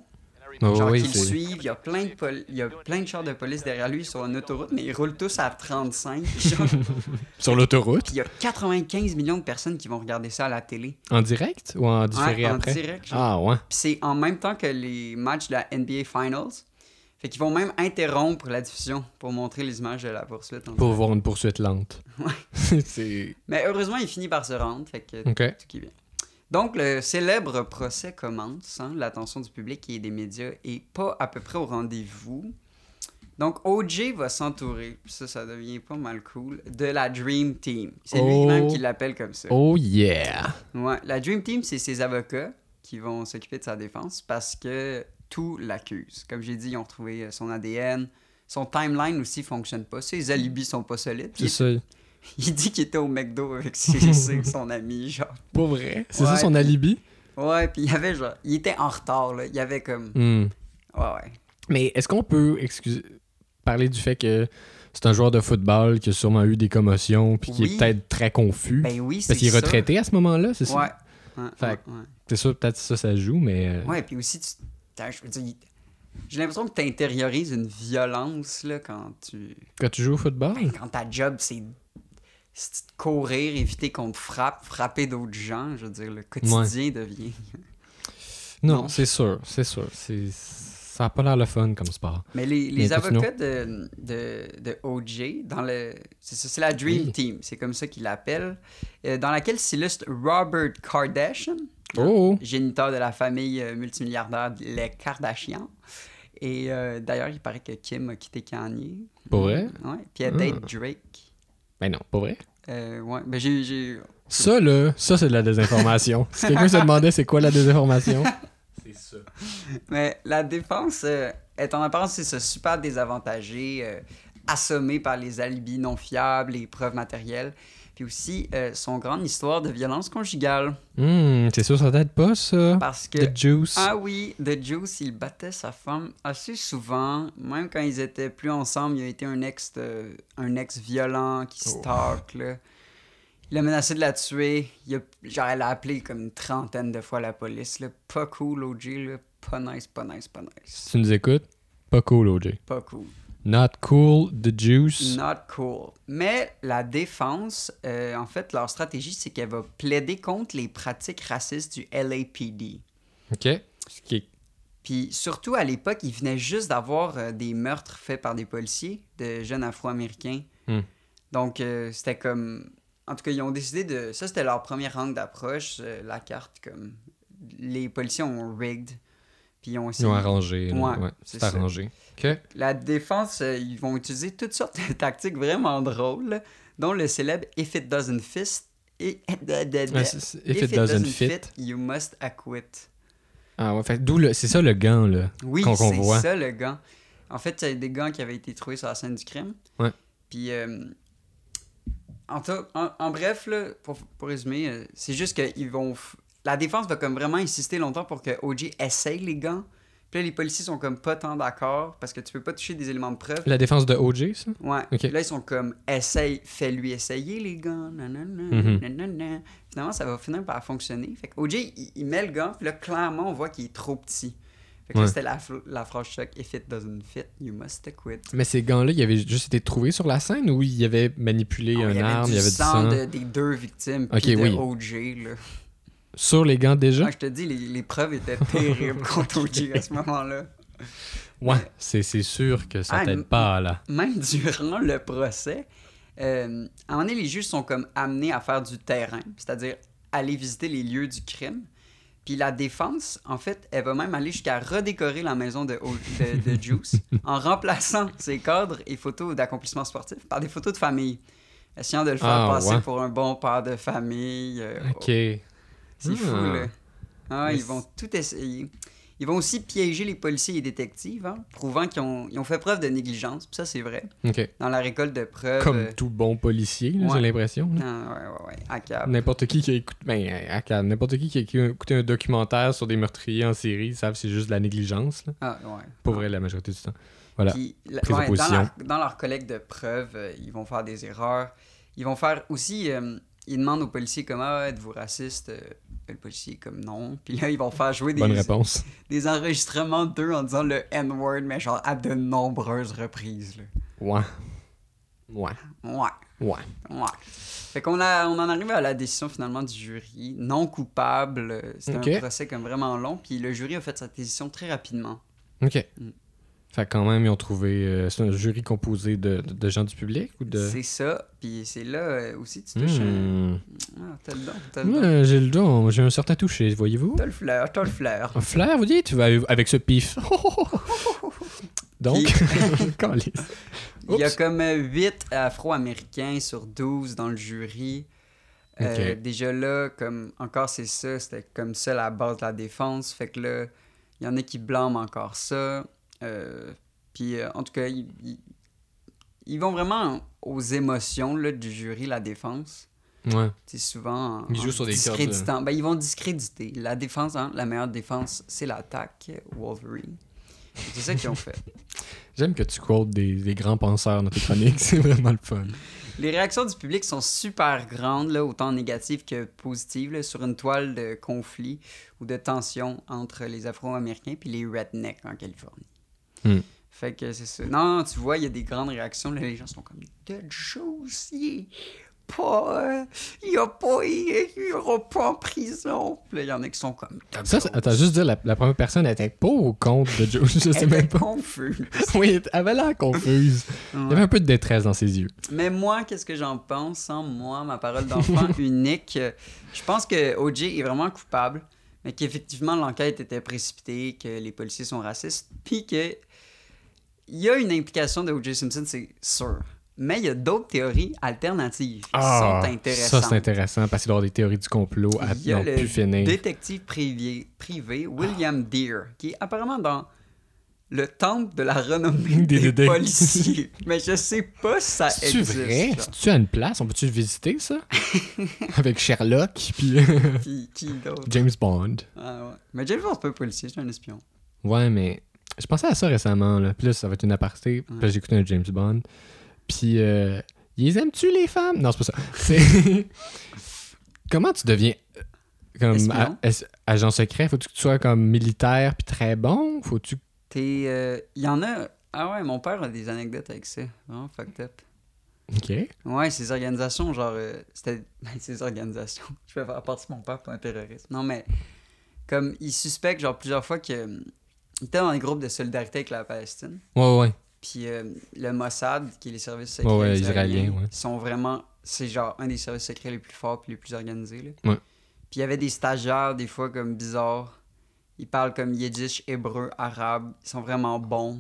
[SPEAKER 2] Oh,
[SPEAKER 1] genre,
[SPEAKER 2] oui,
[SPEAKER 1] qui le
[SPEAKER 2] c'est-
[SPEAKER 1] suivent. Il y, a plein de poli- il y a plein de chars de police derrière lui sur une autoroute, mais ils roulent tous à 35. genre.
[SPEAKER 2] Sur l'autoroute?
[SPEAKER 1] Puis il y a 95 millions de personnes qui vont regarder ça à la télé.
[SPEAKER 2] En direct ou en différé
[SPEAKER 1] Ouais, en
[SPEAKER 2] après?
[SPEAKER 1] direct, genre.
[SPEAKER 2] Ah ouais.
[SPEAKER 1] Puis c'est en même temps que les matchs de la NBA Finals. Fait qu'ils vont même interrompre la diffusion pour montrer les images de la poursuite. en
[SPEAKER 2] Pour
[SPEAKER 1] direct.
[SPEAKER 2] voir une poursuite lente. Ouais. c'est.
[SPEAKER 1] Mais heureusement, il finit par se rendre. Fait que
[SPEAKER 2] Ok.
[SPEAKER 1] tout qui est bien. Donc, le célèbre procès commence. hein. L'attention du public et des médias est pas à peu près au rendez-vous. Donc, OJ va s'entourer, ça, ça devient pas mal cool, de la Dream Team. C'est
[SPEAKER 2] Oh.
[SPEAKER 1] lui-même qui l'appelle comme ça.
[SPEAKER 2] Oh yeah!
[SPEAKER 1] Ouais, la Dream Team, c'est ses avocats qui vont s'occuper de sa défense parce que tout l'accuse. Comme j'ai dit, ils ont retrouvé euh, son ADN. Son timeline aussi fonctionne pas. Ses alibis sont pas solides.
[SPEAKER 2] C'est
[SPEAKER 1] Il,
[SPEAKER 2] ça.
[SPEAKER 1] il dit qu'il était au McDo avec ses- ses- son ami, genre.
[SPEAKER 2] Pas vrai. C'est ça
[SPEAKER 1] Ouais.
[SPEAKER 2] son alibi?
[SPEAKER 1] Ouais, puis il y avait genre. Il était en retard, là. Il y avait comme.
[SPEAKER 2] Hmm.
[SPEAKER 1] Ouais, ouais.
[SPEAKER 2] Mais est-ce qu'on peut excuser, parler du fait que C'est un joueur de football qui a sûrement eu des commotions puis qui
[SPEAKER 1] Oui.
[SPEAKER 2] est peut-être très confus.
[SPEAKER 1] Ben oui, c'est
[SPEAKER 2] parce qu'il est
[SPEAKER 1] ça.
[SPEAKER 2] retraité à ce moment-là, c'est
[SPEAKER 1] Ouais.
[SPEAKER 2] ça?
[SPEAKER 1] Ouais,
[SPEAKER 2] Fait euh,
[SPEAKER 1] ouais, ouais.
[SPEAKER 2] C'est sûr, peut-être ça, ça joue, mais. euh,
[SPEAKER 1] Ouais, puis aussi, tu- t'as- je veux dire, il- j'ai l'impression que tu intériorises une violence là, quand tu.
[SPEAKER 2] Quand tu joues au football,
[SPEAKER 1] Ben, quand ta job, c'est c'est de courir, éviter qu'on te frappe, frapper d'autres gens. Je veux dire, le quotidien devient.
[SPEAKER 2] non,
[SPEAKER 1] non.
[SPEAKER 2] c'est sûr, c'est sûr. C'est- Ça n'a pas l'air le fun comme sport.
[SPEAKER 1] Mais les, les
[SPEAKER 2] Mais continuons.
[SPEAKER 1] avocats de, de, de OJ, dans le, c'est, ça, c'est la Dream
[SPEAKER 2] Oui.
[SPEAKER 1] Team, c'est comme ça qu'ils l'appellent, euh, dans laquelle s'illustre Robert Kardashian,
[SPEAKER 2] Oh!
[SPEAKER 1] géniteur de la famille euh, multimilliardaire les Kardashian. Et euh, d'ailleurs, il paraît que Kim a quitté Kanye.
[SPEAKER 2] Pour vrai? Ah.
[SPEAKER 1] Ouais. Puis elle date Drake.
[SPEAKER 2] Mais non, pas vrai.
[SPEAKER 1] Euh, ouais. Ben, j'ai, j'ai-
[SPEAKER 2] Ça, là, ça, c'est de la désinformation. si quelqu'un se demandait c'est quoi la désinformation, c'est ça.
[SPEAKER 1] Mais la défense euh, est en apparence c'est ce super désavantagé, euh, assommé par les alibis non fiables, les preuves matérielles, puis aussi euh, son grande histoire de violence conjugale.
[SPEAKER 2] Hum, c'est sûr, ça t'aide pas, ça.
[SPEAKER 1] Parce Bah, que,
[SPEAKER 2] The Juice.
[SPEAKER 1] ah oui, The Juice, il battait sa femme assez souvent, même quand ils étaient plus ensemble, il a été un ex, de- un ex violent qui
[SPEAKER 2] Oh.
[SPEAKER 1] stalk, là. Il a menacé de la tuer. Il a, genre, elle a appelé comme une trentaine de fois la police. Là. Pas cool, OG. Là. Pas nice, pas nice, pas nice.
[SPEAKER 2] Si tu nous écoutes, pas cool, OJ.
[SPEAKER 1] Pas cool.
[SPEAKER 2] Not cool, The Juice.
[SPEAKER 1] Not cool. Mais la défense, euh, en fait, leur stratégie, c'est qu'elle va plaider contre les pratiques racistes du LAPD.
[SPEAKER 2] OK. Ce qui est-
[SPEAKER 1] Puis surtout à l'époque, ils venaient juste d'avoir euh, des meurtres faits par des policiers, de jeunes afro-américains.
[SPEAKER 2] Hmm.
[SPEAKER 1] Donc euh, c'était comme. En tout cas, ils ont décidé de. Ça, c'était leur première angle d'approche, euh, la carte, comme. Les policiers ont rigged. Puis ils ont
[SPEAKER 2] Ils
[SPEAKER 1] essayé
[SPEAKER 2] ont arrangé. là.
[SPEAKER 1] Ouais,
[SPEAKER 2] Ouais,
[SPEAKER 1] c'est
[SPEAKER 2] c'est
[SPEAKER 1] ça.
[SPEAKER 2] arrangé. OK.
[SPEAKER 1] La défense, euh, ils vont utiliser toutes sortes de tactiques vraiment drôles, dont le célèbre If it doesn't fit, et, de- de- de-
[SPEAKER 2] Ah, c'est- c'est- If, it, doesn't, fit.
[SPEAKER 1] you must acquit.
[SPEAKER 2] Ah ouais, fait d'où le- c'est ça le gant, là.
[SPEAKER 1] Oui,
[SPEAKER 2] Qu'on- qu'on voit.
[SPEAKER 1] c'est ça le gant. En fait, c'est des gants qui avaient été trouvés sur la scène du crime.
[SPEAKER 2] Ouais.
[SPEAKER 1] Puis, euh, en, tout- en- en bref, là, pour, pour résumer, euh, c'est juste que ils vont. f- La défense va comme vraiment insister longtemps pour que OJ essaye les gants. Puis là, les policiers sont comme pas tant d'accord parce que tu peux pas toucher des éléments de preuve.
[SPEAKER 2] La défense de OJ, ça?
[SPEAKER 1] Ouais.
[SPEAKER 2] Ok.
[SPEAKER 1] Puis Là, ils sont comme, essaye, fais-lui essayer, les gants. nanana,
[SPEAKER 2] Mhm.
[SPEAKER 1] nanana. Finalement, ça va finir par fonctionner. Fait que OJ, il, il met le gant, puis là, clairement, on voit qu'il est trop petit. Fait que là,
[SPEAKER 2] Ouais.
[SPEAKER 1] c'était la, fr- la phrase choc, if it doesn't fit, you must quit.
[SPEAKER 2] Mais ces gants-là, ils avaient juste été trouvés sur la scène ou ils avaient manipulé
[SPEAKER 1] Ah,
[SPEAKER 2] un
[SPEAKER 1] il y avait
[SPEAKER 2] arme,
[SPEAKER 1] du
[SPEAKER 2] il y avait du sang?
[SPEAKER 1] sang de- des deux victimes,
[SPEAKER 2] Ok,
[SPEAKER 1] puis de
[SPEAKER 2] oui.
[SPEAKER 1] OJ. Là.
[SPEAKER 2] Sur les gants déjà?
[SPEAKER 1] Ah, je te dis, les, les preuves étaient terribles contre OJ à ce moment-là.
[SPEAKER 2] Ouais, c'est c'est sûr que ça
[SPEAKER 1] Ah,
[SPEAKER 2] t'aide
[SPEAKER 1] m-
[SPEAKER 2] pas, là.
[SPEAKER 1] même durant le procès, euh, à un moment donné, les juges sont comme amenés à faire du terrain, c'est-à-dire aller visiter les lieux du crime. Puis la défense, en fait, elle va même aller jusqu'à redécorer la maison de, de- de Juice en remplaçant ses cadres et photos d'accomplissements sportifs par des photos de famille, essayant de le faire
[SPEAKER 2] Ah,
[SPEAKER 1] passer
[SPEAKER 2] ouais.
[SPEAKER 1] pour un bon père de famille. euh,
[SPEAKER 2] OK.
[SPEAKER 1] c'est fou,
[SPEAKER 2] Ah.
[SPEAKER 1] là. Ah,
[SPEAKER 2] Mais
[SPEAKER 1] ils vont tout essayer. Ils vont aussi piéger les policiers et détectives, hein, prouvant qu'ils ont, ils ont fait preuve de négligence. Puis ça, c'est vrai.
[SPEAKER 2] OK.
[SPEAKER 1] Dans la récolte de preuves. euh,
[SPEAKER 2] Comme tout bon policier, là,
[SPEAKER 1] ouais. Ah.
[SPEAKER 2] j'ai l'impression. là.
[SPEAKER 1] non, ouais, ouais, ouais, à cap.
[SPEAKER 2] N'importe qui qui a écouté, ben, à calme, n'importe qui qui a écouté un documentaire sur des meurtriers en série, savent que c'est juste de la négligence, là.
[SPEAKER 1] Ah, ouais.
[SPEAKER 2] Pour vrai, la majorité du temps. Voilà.
[SPEAKER 1] Puis, la-
[SPEAKER 2] prise de
[SPEAKER 1] ouais, dans,
[SPEAKER 2] position.
[SPEAKER 1] leur, dans leur collecte de preuves, euh, ils vont faire des erreurs. Ils vont faire aussi. euh, ils demandent aux policiers comment Ah, êtes-vous raciste Euh, Le policier est comme non. Puis là, ils vont faire jouer
[SPEAKER 2] Bonne
[SPEAKER 1] des,
[SPEAKER 2] réponse.
[SPEAKER 1] des enregistrements d'eux en disant le N-word, mais genre à de nombreuses reprises. là.
[SPEAKER 2] Ouais. Ouais.
[SPEAKER 1] Ouais.
[SPEAKER 2] Ouais.
[SPEAKER 1] Ouais. Fait qu'on a, on en arrive à la décision finalement du jury. Non coupable. euh, C'était un
[SPEAKER 2] Ok.
[SPEAKER 1] procès comme vraiment long. Puis le jury a fait sa décision très rapidement.
[SPEAKER 2] OK.
[SPEAKER 1] Mm.
[SPEAKER 2] Fait que quand même, ils ont trouvé. euh, c'est un jury composé de, de- de gens du public ou de.
[SPEAKER 1] C'est ça. Puis c'est là euh, aussi, tu touches. un-
[SPEAKER 2] Hmm.
[SPEAKER 1] Ah, t'as le don, t'as le don.
[SPEAKER 2] Ouais, j'ai le don, j'ai un certain toucher, voyez-vous.
[SPEAKER 1] T'as le fleur, t'as le fleur.
[SPEAKER 2] Un flair, vous dites, avec- avec ce pif. Donc, Calisse.
[SPEAKER 1] Il y a
[SPEAKER 2] Oups.
[SPEAKER 1] comme 8 Afro-Américains sur 12 dans le jury. Euh,
[SPEAKER 2] Ok.
[SPEAKER 1] Déjà là, comme encore c'est ça, c'était comme ça la base de la défense. Fait que là, il y en a qui blâment encore ça. Euh, Puis euh, en tout cas, ils, ils- ils vont vraiment aux émotions là, du jury, la défense.
[SPEAKER 2] Ouais.
[SPEAKER 1] C'est souvent en-
[SPEAKER 2] Ils jouent
[SPEAKER 1] en
[SPEAKER 2] sur des cordes, là.
[SPEAKER 1] discréditant. Ben, ils vont discréditer. La défense, hein, la meilleure défense, c'est l'attaque, euh, Wolverine. C'est ça qu'ils ont fait.
[SPEAKER 2] J'aime que tu quotes des, des grands penseurs dans tes chroniques, c'est vraiment le fun.
[SPEAKER 1] Les réactions du public sont super grandes, là, autant négatives que positives, là, sur une toile de conflit ou de tension entre les Afro-Américains puis les rednecks en Californie.
[SPEAKER 2] Hmm.
[SPEAKER 1] Fait que c'est ça. Non, tu vois, il y a des grandes réactions. Là, les gens sont comme de Juice, il est pas. euh, il a pas. Il il ira pas en prison. Puis là, il y en a qui sont comme. Doug
[SPEAKER 2] Ça, c'est-
[SPEAKER 1] Jones.
[SPEAKER 2] attends, juste dire, la, la première personne était pour ou contre de Joe, je sais
[SPEAKER 1] Elle
[SPEAKER 2] même
[SPEAKER 1] était
[SPEAKER 2] pas.
[SPEAKER 1] confuse.
[SPEAKER 2] Oui, elle avait l'air confuse. Il y avait un peu de détresse dans ses yeux.
[SPEAKER 1] Mais moi, qu'est-ce que j'en pense hein? moi, ma parole d'enfant unique? euh, Je pense que OJ est vraiment coupable, mais qu'effectivement, l'enquête était précipitée, que les policiers sont racistes, puis que il y a une implication de OJ Simpson, c'est sûr. Mais il y a d'autres théories alternatives qui sont
[SPEAKER 2] Ah, ça
[SPEAKER 1] intéressantes.
[SPEAKER 2] c'est intéressant parce qu'il doit y avoir des théories du complot à
[SPEAKER 1] Il y a
[SPEAKER 2] n'en
[SPEAKER 1] le
[SPEAKER 2] plus finir.
[SPEAKER 1] détective privé, privé William Deere, qui est apparemment dans le temple de la renommée
[SPEAKER 2] Des
[SPEAKER 1] des,
[SPEAKER 2] détectives.
[SPEAKER 1] policiers. Mais je sais pas si ça
[SPEAKER 2] C'est-tu
[SPEAKER 1] existe.
[SPEAKER 2] vrai?
[SPEAKER 1] ça.
[SPEAKER 2] C'est-tu à une place? On peut-tu le visiter, ça? Avec Sherlock, puis
[SPEAKER 1] Qui, qui d'autre?
[SPEAKER 2] James Bond.
[SPEAKER 1] Ah, ouais. Mais James Bond, c'est pas un policier, c'est un espion.
[SPEAKER 2] Ouais, mais je pensais à ça récemment, là. Puis là, ça va être une aparté.
[SPEAKER 1] Mm.
[SPEAKER 2] Puis là, j'écoutais un James Bond. Puis, euh, ils aiment-tu les femmes? Non, c'est pas ça. C'est... Comment tu deviens euh, comme
[SPEAKER 1] Espion.
[SPEAKER 2] a- es- agent secret? Faut-tu que tu sois comme militaire puis très bon? Faut-tu...
[SPEAKER 1] T'es. euh, Il y en a. Ah ouais, mon père a des anecdotes avec ça. Vraiment fucked up.
[SPEAKER 2] OK.
[SPEAKER 1] Ouais, ces organisations, genre. euh, C'était. Ben, ces organisations. Je vais faire partie de mon père pour un terroriste. Non, mais. Comme il suspecte, genre, plusieurs fois que. euh, Il était dans un groupe de solidarité avec la Palestine.
[SPEAKER 2] Ouais, ouais.
[SPEAKER 1] Puis euh, le Mossad, qui est les services secrets
[SPEAKER 2] Ouais, ouais,
[SPEAKER 1] israéliens,
[SPEAKER 2] israélien, ouais.
[SPEAKER 1] ils sont vraiment. C'est genre un des services secrets les plus forts puis les plus organisés. Là.
[SPEAKER 2] Ouais.
[SPEAKER 1] Puis il y avait des stagiaires, des fois, comme bizarres. Ils parlent comme yiddish, hébreu, arabe. Ils sont vraiment bons.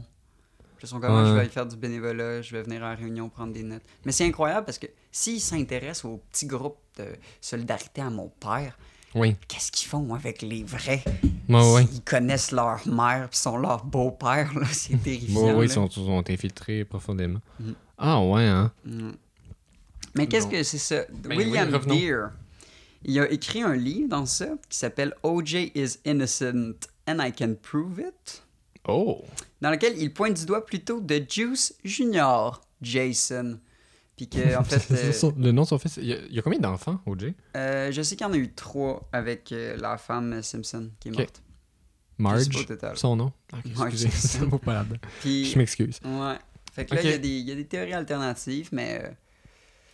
[SPEAKER 1] Puis Ils sont comme, Ah, je
[SPEAKER 2] Ouais.
[SPEAKER 1] vais aller faire du bénévolat, je vais venir à la réunion prendre des notes. Mais c'est incroyable parce que s'ils s'intéressent aux petits groupes de solidarité à mon père,
[SPEAKER 2] Oui.
[SPEAKER 1] qu'est-ce qu'ils font avec les vrais?
[SPEAKER 2] Ouais, ouais.
[SPEAKER 1] Ils connaissent leur mère, puis sont leur beau-père, là. C'est terrifiant.
[SPEAKER 2] Ouais, ouais, ils
[SPEAKER 1] là.
[SPEAKER 2] sont, sont infiltrés profondément.
[SPEAKER 1] Mhm.
[SPEAKER 2] Ah, ouais, hein?
[SPEAKER 1] Mais qu'est-ce
[SPEAKER 2] Non.
[SPEAKER 1] que c'est ça?
[SPEAKER 2] ben oui,
[SPEAKER 1] William
[SPEAKER 2] revenons.
[SPEAKER 1] Deere, il a écrit un livre dans ça qui s'appelle OJ is innocent and I can prove it,
[SPEAKER 2] Oh!
[SPEAKER 1] dans lequel il pointe du doigt plutôt de Juice Junior, Jason. Puis que, en fait, euh,
[SPEAKER 2] Le nom de son fils... Il y a, il y a combien d'enfants, OJ?
[SPEAKER 1] euh, je sais qu'il y en a eu trois avec euh, la femme Simpson qui est
[SPEAKER 2] Ok.
[SPEAKER 1] morte. Je
[SPEAKER 2] Marge,
[SPEAKER 1] sais pas au total.
[SPEAKER 2] son nom? Ah, ok,
[SPEAKER 1] Marge,
[SPEAKER 2] excusez,
[SPEAKER 1] c'est ça.
[SPEAKER 2] ça vaut pas la peine.
[SPEAKER 1] Puis,
[SPEAKER 2] Je m'excuse.
[SPEAKER 1] ouais. Fait que là,
[SPEAKER 2] Ok.
[SPEAKER 1] il y a des- il y, a des théories alternatives, mais. euh,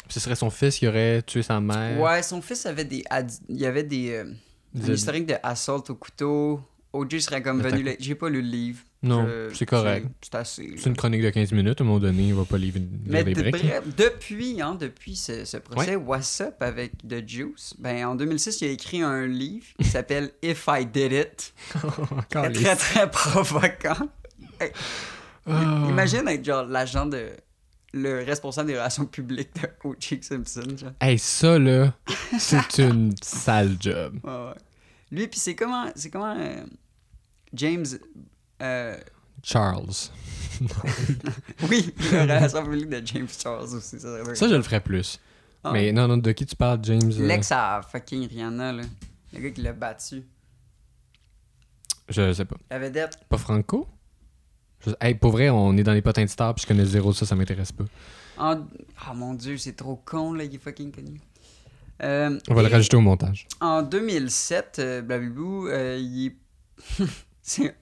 [SPEAKER 2] Ce serait son fils qui aurait tué sa mère.
[SPEAKER 1] ouais, son fils avait des. ad- Il y avait des. euh, Un
[SPEAKER 2] Des-
[SPEAKER 1] historique de assault au couteau. OJ serait comme
[SPEAKER 2] Attaque.
[SPEAKER 1] venu. le- J'ai pas lu le livre.
[SPEAKER 2] Non,
[SPEAKER 1] Je-
[SPEAKER 2] c'est correct.
[SPEAKER 1] C'est c'est assez.
[SPEAKER 2] C'est une chronique de 15 minutes, à un moment donné, il va pas lire une-
[SPEAKER 1] Mais
[SPEAKER 2] lire des
[SPEAKER 1] de-
[SPEAKER 2] briques. là.
[SPEAKER 1] bref, depuis, hein, depuis ce, ce procès, What's Up avec The Juice, ben, en 2006, il a écrit un livre qui s'appelle If I Did It.
[SPEAKER 2] Encore
[SPEAKER 1] Très,
[SPEAKER 2] les-
[SPEAKER 1] très, très provoquant.
[SPEAKER 2] Ah.
[SPEAKER 1] Imagine être genre l'agent de. le responsable des relations publiques de O.J. Simpson. genre.
[SPEAKER 2] Hey, ça là, c'est une sale job.
[SPEAKER 1] Ouais, ouais. Lui, puis c'est comment. C'est comment. euh, James. euh,
[SPEAKER 2] Charles.
[SPEAKER 1] Oui, la relation publique de James Charles aussi, ça. serait
[SPEAKER 2] Ça, je le ferais plus.
[SPEAKER 1] Ah.
[SPEAKER 2] Mais non, non, de qui tu parles, James? euh,
[SPEAKER 1] L'ex à fucking Rihanna, là. Le gars qui l'a battu.
[SPEAKER 2] Euh, Je sais pas.
[SPEAKER 1] La vedette.
[SPEAKER 2] Pas Franco? Je- Hey, pour vrai, on est dans les potins de stars, puis je connais zéro de ça, ça m'intéresse pas.
[SPEAKER 1] en- Oh mon dieu, c'est trop con, là, il est fucking connu. Euh,
[SPEAKER 2] On va
[SPEAKER 1] et
[SPEAKER 2] le rajouter au montage.
[SPEAKER 1] En 2007, euh, Blablabou, euh, il est. c'est.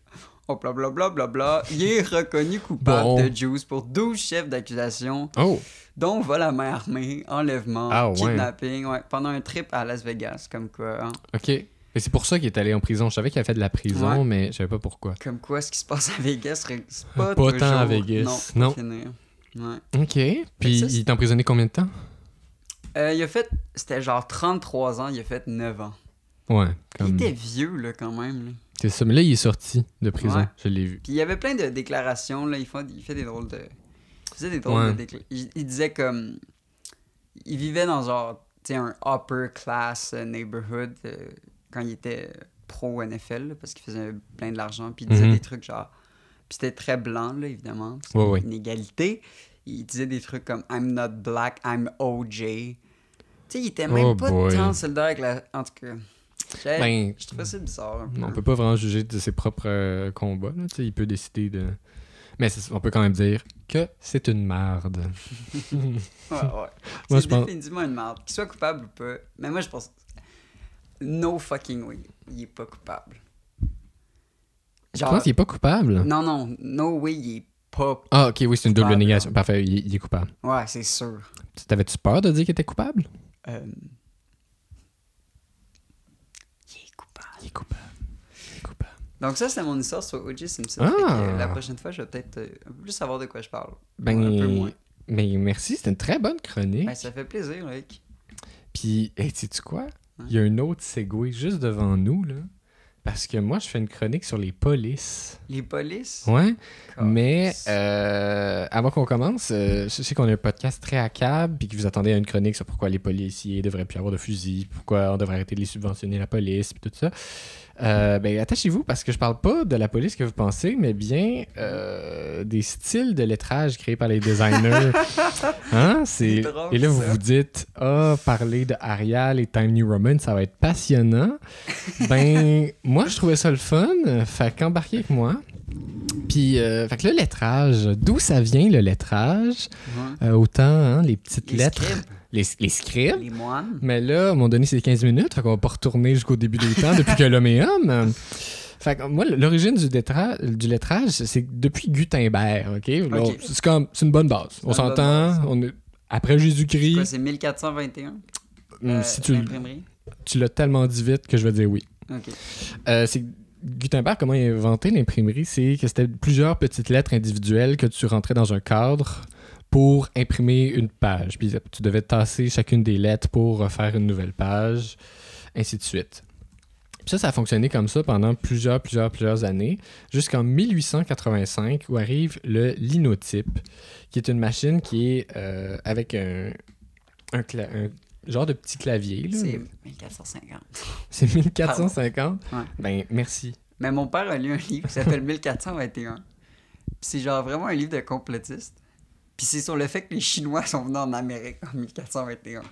[SPEAKER 1] Oh, blablabla, blablabla. Il est reconnu coupable
[SPEAKER 2] Bon.
[SPEAKER 1] de Juice pour 12 chefs d'accusation,
[SPEAKER 2] Oh!
[SPEAKER 1] dont vol à main armée, enlèvement,
[SPEAKER 2] Ah, ouais.
[SPEAKER 1] kidnapping, ouais, pendant un trip à Las Vegas, comme quoi. hein.
[SPEAKER 2] Ok. Mais c'est pour ça qu'il est allé en prison. Je savais qu'il a fait de la prison,
[SPEAKER 1] Ouais.
[SPEAKER 2] mais je savais pas pourquoi.
[SPEAKER 1] Comme quoi, ce qui se passe à Vegas, c'est pas,
[SPEAKER 2] Pas
[SPEAKER 1] toujours...
[SPEAKER 2] tant à Vegas,
[SPEAKER 1] Non,
[SPEAKER 2] non.
[SPEAKER 1] pour finir. Ouais.
[SPEAKER 2] Ok. Puis
[SPEAKER 1] ça, c'est-
[SPEAKER 2] il est emprisonné combien de temps?
[SPEAKER 1] Euh, il a fait, c'était genre 33 ans, il a fait 9 ans.
[SPEAKER 2] Ouais,
[SPEAKER 1] Il
[SPEAKER 2] comme.
[SPEAKER 1] était vieux, là, quand même. là.
[SPEAKER 2] C'est ça. Mais là, il est sorti de prison.
[SPEAKER 1] Ouais.
[SPEAKER 2] Je l'ai vu.
[SPEAKER 1] Puis il y avait plein de déclarations, là, il fait, il fait des drôles de... Il faisait des drôles
[SPEAKER 2] Ouais.
[SPEAKER 1] de décla- Il, il disait comme... Il vivait dans genre, tu sais, un upper class euh, neighborhood euh, quand il était pro NFL, là, parce qu'il faisait plein de l'argent, puis il disait
[SPEAKER 2] Mhm.
[SPEAKER 1] des trucs genre... Puis c'était très blanc, là, évidemment. parce qu'il
[SPEAKER 2] Ouais,
[SPEAKER 1] y a
[SPEAKER 2] ouais.
[SPEAKER 1] Une égalité. Il disait des trucs comme « I'm not black, I'm OJ ». Tu sais, il était même
[SPEAKER 2] Oh
[SPEAKER 1] pas
[SPEAKER 2] boy.
[SPEAKER 1] tant solidaire avec la... En tout cas, J'ai-
[SPEAKER 2] Ben,
[SPEAKER 1] je trouvais ça bizarre. un peu.
[SPEAKER 2] on peut pas vraiment juger de ses propres euh, combats. là. Tu sais, Il peut décider de. Mais c'est- on peut quand même dire que c'est une marde.
[SPEAKER 1] Ouais, ouais.
[SPEAKER 2] Moi,
[SPEAKER 1] c'est
[SPEAKER 2] je pense-
[SPEAKER 1] définitivement une merde. Qu'il soit coupable ou pas. Mais moi, je pense. No fucking way. Il est pas coupable.
[SPEAKER 2] Je
[SPEAKER 1] Genre.
[SPEAKER 2] pense qu'il est pas coupable.
[SPEAKER 1] Non, non. No way, il est pas.
[SPEAKER 2] Ah, ok, oui, c'est une double
[SPEAKER 1] Coupable,
[SPEAKER 2] négation. Parfait, il, il est coupable.
[SPEAKER 1] Ouais, c'est sûr.
[SPEAKER 2] Tu- T'avais-tu peur de dire qu'il était coupable?
[SPEAKER 1] Euh, Il est coupable.
[SPEAKER 2] Il est coupable. Il est coupable.
[SPEAKER 1] Donc, ça, c'est mon histoire sur O.J. Simpson.
[SPEAKER 2] Ah.
[SPEAKER 1] Fait que la prochaine fois, je vais peut-être euh, un peu plus savoir de quoi je parle.
[SPEAKER 2] Ben, eh.
[SPEAKER 1] Un peu moins.
[SPEAKER 2] mais merci, c'était une très bonne chronique.
[SPEAKER 1] Ben, ça fait plaisir, Rick.
[SPEAKER 2] Puis, hey, sais-tu quoi? Il y a un autre segway juste devant nous, là. Parce que moi, je fais une chronique sur les polices.
[SPEAKER 1] Les polices.
[SPEAKER 2] Ouais.
[SPEAKER 1] Calice.
[SPEAKER 2] Mais euh, avant qu'on commence, euh, je sais qu'on a un podcast très à câble, puis que vous attendez à une chronique sur pourquoi les policiers devraient plus avoir de fusils, pourquoi on devrait arrêter de les subventionner la police, puis tout ça. Euh, ben, attachez-vous parce que je parle pas de la police que vous pensez, mais bien euh, des styles de lettrage créés par les designers. Hein? C'est...
[SPEAKER 1] C'est drôle,
[SPEAKER 2] Et là, vous
[SPEAKER 1] ça.
[SPEAKER 2] vous dites, ah, parler de Arial et Time New Roman, ça va être passionnant. ben, moi, je trouvais ça le fun. euh, Fait qu'embarquez avec moi. Puis, euh, fait que le lettrage, d'où ça vient le lettrage?
[SPEAKER 1] Ouais.
[SPEAKER 2] Euh, autant, hein, les petites
[SPEAKER 1] Les
[SPEAKER 2] lettres,
[SPEAKER 1] scribes,
[SPEAKER 2] les, les scribes.
[SPEAKER 1] les moines.
[SPEAKER 2] Mais là, à un moment donné, c'est 15 minutes, fait qu'on va pas retourner jusqu'au début des temps depuis que l'homme est homme. Fait que moi, l'origine du, lettra- du lettrage, c'est depuis Gutenberg, OK? Là,
[SPEAKER 1] Ok.
[SPEAKER 2] C'est comme, c'est une bonne base.
[SPEAKER 1] une
[SPEAKER 2] On
[SPEAKER 1] bonne
[SPEAKER 2] s'entend,
[SPEAKER 1] base.
[SPEAKER 2] on est- après
[SPEAKER 1] Quoi,
[SPEAKER 2] Jésus-Christ,
[SPEAKER 1] c'est 1421?
[SPEAKER 2] hum,
[SPEAKER 1] euh,
[SPEAKER 2] si tu,
[SPEAKER 1] L'imprimerie?
[SPEAKER 2] tu l'as tellement dit vite que je vais dire oui.
[SPEAKER 1] Ok.
[SPEAKER 2] Euh, c'est Gutenberg, comment il a inventé l'imprimerie, c'est que c'était plusieurs petites lettres individuelles que tu rentrais dans un cadre pour imprimer une page. Puis tu devais tasser chacune des lettres pour refaire une nouvelle page, ainsi de suite. Puis ça, ça a fonctionné comme ça pendant plusieurs, plusieurs, plusieurs années, jusqu'en 1885, où arrive le linotype, qui est une machine qui est euh, avec un, un cla- un genre de petit clavier. là.
[SPEAKER 1] C'est 1450.
[SPEAKER 2] C'est 1450.
[SPEAKER 1] Pardon.
[SPEAKER 2] Ben, merci.
[SPEAKER 1] Mais mon père a lu un livre qui s'appelle 1421. Puis c'est genre vraiment un livre de complotiste. Puis c'est sur le fait que les Chinois sont venus en Amérique en 1421.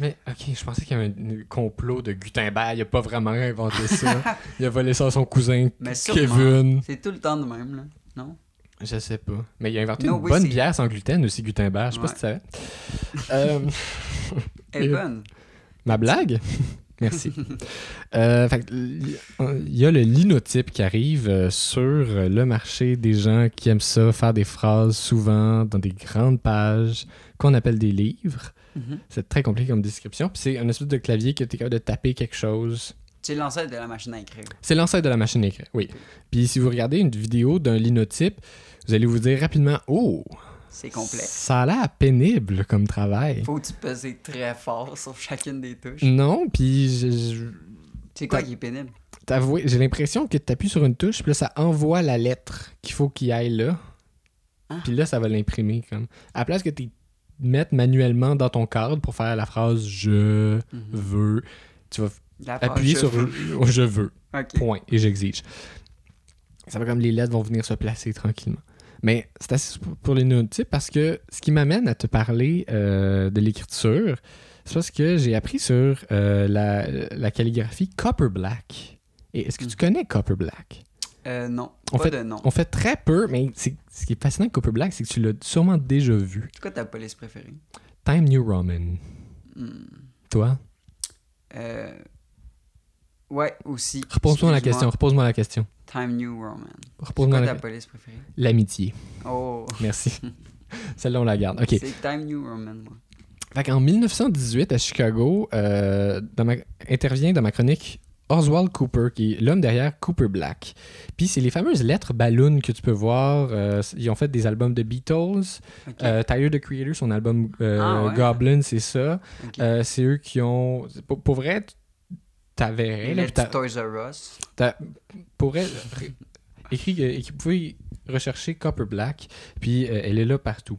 [SPEAKER 2] Mais ok, je pensais qu'il y avait un complot de Gutenberg. Il a pas vraiment inventé ça. il a volé ça à son cousin
[SPEAKER 1] Mais sûrement.
[SPEAKER 2] Kevin.
[SPEAKER 1] C'est tout le temps de même, là. Non?
[SPEAKER 2] Je sais pas. Mais il a inventé
[SPEAKER 1] Non,
[SPEAKER 2] une
[SPEAKER 1] oui,
[SPEAKER 2] bonne
[SPEAKER 1] c'est-
[SPEAKER 2] bière sans gluten aussi, Gutenberg. Je sais pas
[SPEAKER 1] Ouais.
[SPEAKER 2] si tu savais. Euh,
[SPEAKER 1] Elle est
[SPEAKER 2] Et-
[SPEAKER 1] bonne.
[SPEAKER 2] ma blague? Merci. Euh, fait que, il y a le linotype qui arrive euh, sur le marché des gens qui aiment ça, faire des phrases souvent dans des grandes pages qu'on appelle des livres.
[SPEAKER 1] Mhm.
[SPEAKER 2] C'est très compliqué comme description. Puis c'est un espèce de clavier que tu es capable de taper quelque chose
[SPEAKER 1] C'est l'ancêtre de la machine à écrire.
[SPEAKER 2] C'est l'ancêtre de la machine à écrire, oui. Puis si vous regardez une vidéo d'un linotype, vous allez vous dire rapidement Oh,
[SPEAKER 1] C'est complexe.
[SPEAKER 2] ça a l'air pénible comme travail.
[SPEAKER 1] Faut-tu peser très fort sur chacune des touches?
[SPEAKER 2] Non, puis je- je-
[SPEAKER 1] C'est quoi
[SPEAKER 2] T'as-
[SPEAKER 1] qui est pénible?
[SPEAKER 2] t'avouer, j'ai l'impression que tu appuies sur une touche, puis là, ça envoie la lettre qu'il faut qu'il aille là.
[SPEAKER 1] Ah.
[SPEAKER 2] Puis là, ça va l'imprimer. comme. À la place que tu mettes manuellement dans ton cadre pour faire la phrase Je
[SPEAKER 1] Mhm.
[SPEAKER 2] veux, tu vas
[SPEAKER 1] La phrase,
[SPEAKER 2] appuyer
[SPEAKER 1] je
[SPEAKER 2] sur
[SPEAKER 1] veux.
[SPEAKER 2] Je veux.
[SPEAKER 1] Ok.
[SPEAKER 2] point et j'exige. Ça va comme les lettres vont venir se placer tranquillement. Mais c'est assez pour- pour les néotypes parce que ce qui m'amène à te parler euh, de l'écriture, c'est parce que j'ai appris sur euh, la, la calligraphie Copper Black. Et est-ce que
[SPEAKER 1] Mm.
[SPEAKER 2] tu connais Copper Black?
[SPEAKER 1] Euh, non.
[SPEAKER 2] On
[SPEAKER 1] pas
[SPEAKER 2] fait-
[SPEAKER 1] de nom.
[SPEAKER 2] On fait très peu, mais c'est- ce qui est fascinant avec Copper Black, c'est que tu l'as sûrement déjà vu.
[SPEAKER 1] C'est quoi ta police préférée?
[SPEAKER 2] Time New Roman.
[SPEAKER 1] Hmm.
[SPEAKER 2] Toi?
[SPEAKER 1] Euh... Ouais, aussi.
[SPEAKER 2] Repose-moi la question,
[SPEAKER 1] Excuse-moi.
[SPEAKER 2] repose-moi la question.
[SPEAKER 1] Time New Roman. C'est
[SPEAKER 2] Repose-moi
[SPEAKER 1] quoi
[SPEAKER 2] la
[SPEAKER 1] ta
[SPEAKER 2] que-
[SPEAKER 1] police préférée?
[SPEAKER 2] L'amitié.
[SPEAKER 1] Oh,
[SPEAKER 2] Merci. Celle-là, on la garde. OK.
[SPEAKER 1] c'est Time New Roman, moi.
[SPEAKER 2] Fait qu'en 1918, à Chicago, euh, dans ma- intervient dans ma chronique Oswald Cooper, qui est l'homme derrière Cooper Black. Puis c'est les fameuses lettres balloon que tu peux voir. euh, ils ont fait des albums de Beatles.
[SPEAKER 1] Ok.
[SPEAKER 2] Euh, Tyler, the Creator, son album euh,
[SPEAKER 1] Ah ouais?
[SPEAKER 2] Goblin, c'est ça.
[SPEAKER 1] ok.
[SPEAKER 2] Euh, c'est eux qui ont... Pour, pour vrai, tu-
[SPEAKER 1] Les
[SPEAKER 2] t'avais... là, puis
[SPEAKER 1] lettres
[SPEAKER 2] t'a-
[SPEAKER 1] du Toys R Us.
[SPEAKER 2] T'as- pour elle, ré- écrit, euh, écrit- vous pouvez rechercher Copper Black, puis euh, elle est là partout.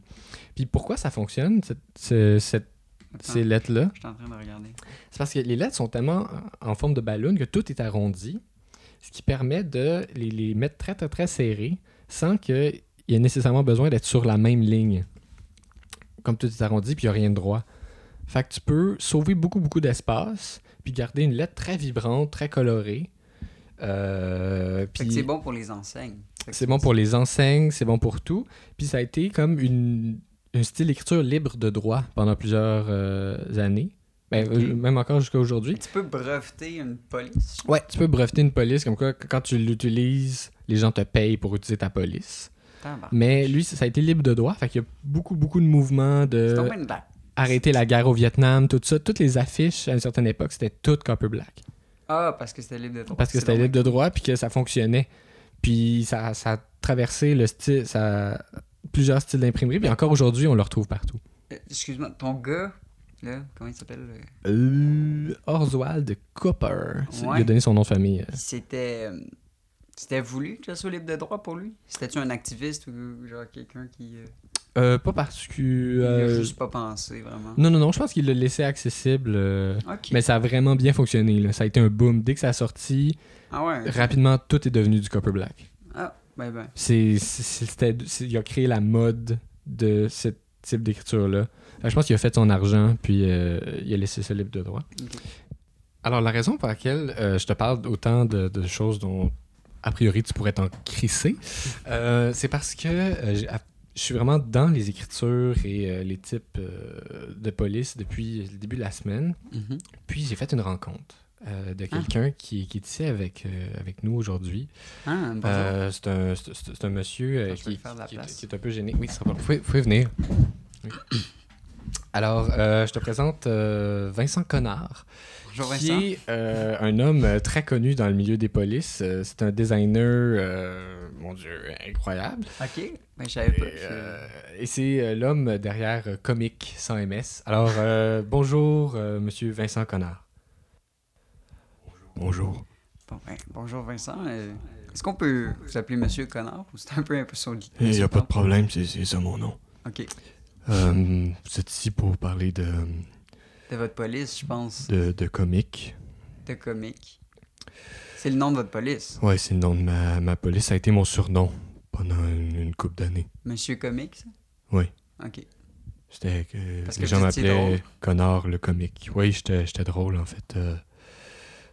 [SPEAKER 2] Puis pourquoi ça fonctionne, cette- ce- cette-
[SPEAKER 1] Ah.
[SPEAKER 2] ces lettres-là?
[SPEAKER 1] Je suis en train de regarder.
[SPEAKER 2] C'est parce que les lettres sont tellement euh, en en forme de ballon que tout est arrondi, ce qui permet de les, les mettre très, très, très serrés sans qu'il y ait nécessairement besoin d'être sur la même ligne. Comme tout est arrondi, puis il n'y a rien de droit. Fait que tu peux sauver beaucoup, beaucoup d'espace, puis garder une lettre très vibrante, très colorée. Euh,
[SPEAKER 1] Fait que
[SPEAKER 2] puis-
[SPEAKER 1] c'est bon pour les enseignes. Fait que
[SPEAKER 2] c'est bon pour les enseignes, c'est bon pour tout. Puis ça a été comme une, un style d'écriture libre de droit pendant plusieurs euh, années. Ben,
[SPEAKER 1] Ok.
[SPEAKER 2] euh, Même encore jusqu'à aujourd'hui.
[SPEAKER 1] Tu peux breveter une police.
[SPEAKER 2] Ouais. Tu peux breveter une police, comme quoi, qu- quand tu l'utilises, les gens te payent pour utiliser ta police.
[SPEAKER 1] Tabarnak.
[SPEAKER 2] Mais lui, ça ça a été libre de droit. Fait qu'il y a beaucoup, beaucoup de mouvements
[SPEAKER 1] C'est
[SPEAKER 2] de
[SPEAKER 1] tombé une blague.
[SPEAKER 2] arrêter la guerre au Vietnam, tout ça. Toutes les affiches à une certaine époque, c'était toutes copper black.
[SPEAKER 1] Ah, parce que c'était libre de ton
[SPEAKER 2] Parce que c'était libre de droit, puis que ça fonctionnait. Puis ça, ça a traversé le style, ça, plusieurs styles d'imprimerie, puis encore aujourd'hui, on le retrouve partout.
[SPEAKER 1] Euh, Excuse-moi, ton gars, là, comment il s'appelle euh,
[SPEAKER 2] Euh, Oswald Copper. C'est-
[SPEAKER 1] Ouais.
[SPEAKER 2] Il a donné son nom de famille.
[SPEAKER 1] C'était. euh, C'était voulu que ça soit libre de droit pour lui C'était-tu un activiste ou genre quelqu'un qui. euh,
[SPEAKER 2] Euh, pas parce que.
[SPEAKER 1] il a
[SPEAKER 2] euh,
[SPEAKER 1] juste pas pensé vraiment
[SPEAKER 2] Non, non, non, je pense qu'il l'a laissé accessible. euh,
[SPEAKER 1] Ok.
[SPEAKER 2] Mais ça a vraiment bien fonctionné. là. Ça a été un boom. Dès que ça a sorti,
[SPEAKER 1] Ah ouais
[SPEAKER 2] rapidement, tout est devenu du Copper Black.
[SPEAKER 1] Ah, ben ben.
[SPEAKER 2] C'est, c'est- c'était, c'est- il a créé la mode de ce type d'écriture-là. Fait que Je pense qu'il a fait son argent, puis euh, il a laissé ça libre de droit.
[SPEAKER 1] Ok.
[SPEAKER 2] Alors, la raison pour laquelle euh, je te parle autant de, de choses dont, a priori, tu pourrais t'en crisser, euh, c'est parce que euh, j'ai- à- je suis vraiment dans les écritures et euh, les types euh, de police depuis le début de la semaine.
[SPEAKER 1] Mhm.
[SPEAKER 2] Puis, j'ai fait une rencontre euh, de quelqu'un qui, qui est ici avec, euh, avec nous aujourd'hui.
[SPEAKER 1] Ah, bonjour.
[SPEAKER 2] Euh, c'est un, c'est- c'est- c'est un monsieur euh,
[SPEAKER 1] Attends, je peux
[SPEAKER 2] qui,
[SPEAKER 1] lui faire de la
[SPEAKER 2] qui-
[SPEAKER 1] place.
[SPEAKER 2] qui est un peu gêné. Oui, ça va. Vous pouvez, vous pouvez venir. Oui. Alors, euh, je te présente euh, Vincent Connard,
[SPEAKER 1] bonjour
[SPEAKER 2] qui
[SPEAKER 1] Vincent.
[SPEAKER 2] est euh, un homme euh, très connu dans le milieu des polices. Euh, C'est un designer, euh, mon Dieu, incroyable.
[SPEAKER 1] Ok, ben je savais
[SPEAKER 2] Et,
[SPEAKER 1] pas. je-
[SPEAKER 2] euh, et c'est euh, l'homme derrière euh, Comic sans MS. Alors, euh, bonjour, euh, monsieur Vincent Connard. Bonjour.
[SPEAKER 1] Bon, ben, bonjour Vincent. euh, Est-ce qu'on peut vous appeler Monsieur Connard ou c'est un peu impossible
[SPEAKER 3] Il n'y a pas de problème, c'est c'est ça mon nom.
[SPEAKER 1] Ok,
[SPEAKER 3] Euh, vous êtes ici pour parler de,
[SPEAKER 1] de votre police, je pense,
[SPEAKER 3] de, de comique.
[SPEAKER 1] de comique. C'est le nom de votre police.
[SPEAKER 3] Ouais, c'est le nom de ma, ma police. Ça a été mon surnom pendant une, une couple d'années.
[SPEAKER 1] Monsieur Comique, ça
[SPEAKER 3] Oui.
[SPEAKER 1] Ok.
[SPEAKER 3] C'était que
[SPEAKER 1] Parce
[SPEAKER 3] les
[SPEAKER 1] que
[SPEAKER 3] gens
[SPEAKER 1] vous étiez
[SPEAKER 3] m'appelaient
[SPEAKER 1] drôle.
[SPEAKER 3] Connard le comique. Oui, j'étais j'étais drôle en fait. Euh,